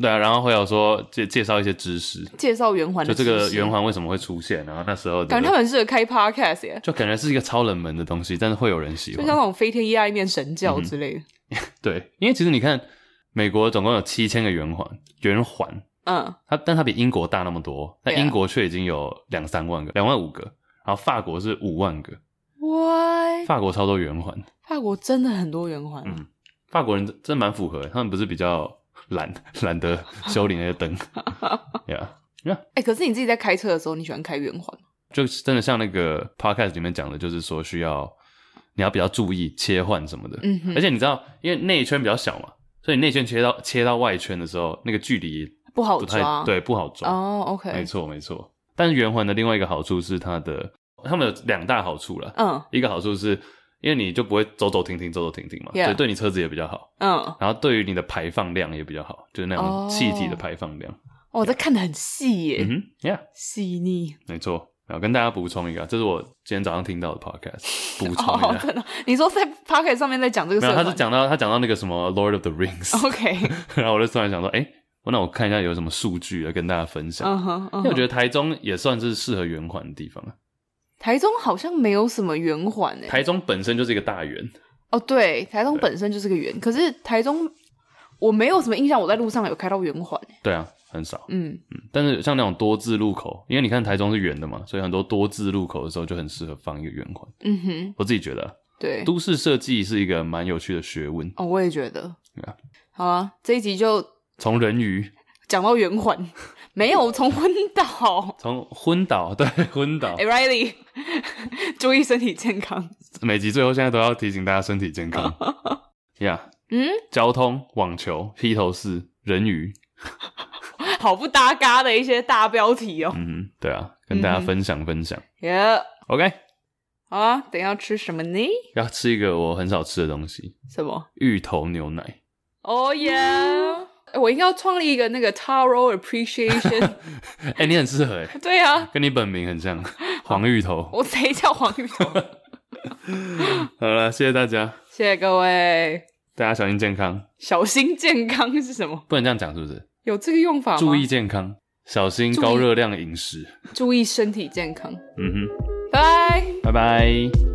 对啊，然后会有说介介绍一些知识，介绍圆环就的这知个识，圆环为什么会出现，然后那时候的感觉他们很适合开 podcast 耶，就感觉是一个超冷门的东西，但是会有人喜就像欢。那种飞天意大利面神嗯教之类的。对，因为其实你看，美国总共有七千个圆环，圆环嗯，它，但它比英国大那么多，但 Yeah 英国却已经有两三万个，两万五个，然后法国是五万个， why 法国超多圆环，法国真的很多圆环啊，嗯法国人真真蛮符合，他们不是比较懒， 懒得修理那些 灯，对啊。哎，可是你自己在开车的时候，你喜欢开圆环吗？就是真的像那个 podcast 里面讲的，就是说需要你要比较注意切换什么的，嗯哼而且你知道，因为内圈比较小嘛，所以内圈切到切到外圈的时候，那个距离不好不太抓，对，不好抓。哦，OK，没错没错。但是圆环的另外一个好处是它的，他们有两大好处了。嗯一个好处是因为你就不会走走停停走走停停嘛， Yeah 所以对你车子也比较好，嗯，然后对于你的排放量也比较好，就是那种哦气体的排放量。我这看的很细嗯耶，哼，Yeah。细腻没错，然后跟大家补充一个，这是我今天早上听到的 podcast，补充 哦一，下。真的，你说在 podcast 上面在讲这个没社有，他团，是讲到他讲到那个什么《Lord of the Rings》 OK，然后我就突然想说，哎、那我看一下有什么数据来跟大家分享。嗯哼，嗯因哼为我觉得台中也算是适合圆环的地方啊，台中好像没有什么圆环诶，台中本身就是一个大圆，哦，对，台中本身就是个圆，可是台中我没有什么印象，我在路上有开到圆环欸。对啊，很少。嗯，嗯但是像那种多字路口，因为你看台中是圆的嘛，所以很多多字路口的时候就很适合放一个圆环。嗯哼，我自己觉得啊、对。都市设计是一个蛮有趣的学问，哦，我也觉得对啊。好啊，这一集就从人鱼，讲到圆 环，没有从昏倒。从昏倒，对，昏倒哎、。Riley，注 意身体健康。每集最后现在都要提醒大家身体健 康。呀、嗯，交通、网球、披头士、人鱼，好不搭嘎的一些大标题哦。嗯，对啊，跟大家分享分享。耶、 OK，好啊，等一下吃什么呢？要吃一个我很少吃的东西什么——芋头牛奶。Oh, 哦耶！哎我应该要创立一个那个 Taro Appreciation。哎、你很适合哎，对啊，跟你本名很像，黄芋头。我谁叫 黄芋头？好了，谢谢大家，谢谢各位，大家小心健康，小心健康是什么？不能这样讲，是不是？有这个用法吗？注意健康，小心啊注意高热量饮食。注意身体健康，嗯哼，拜。拜拜。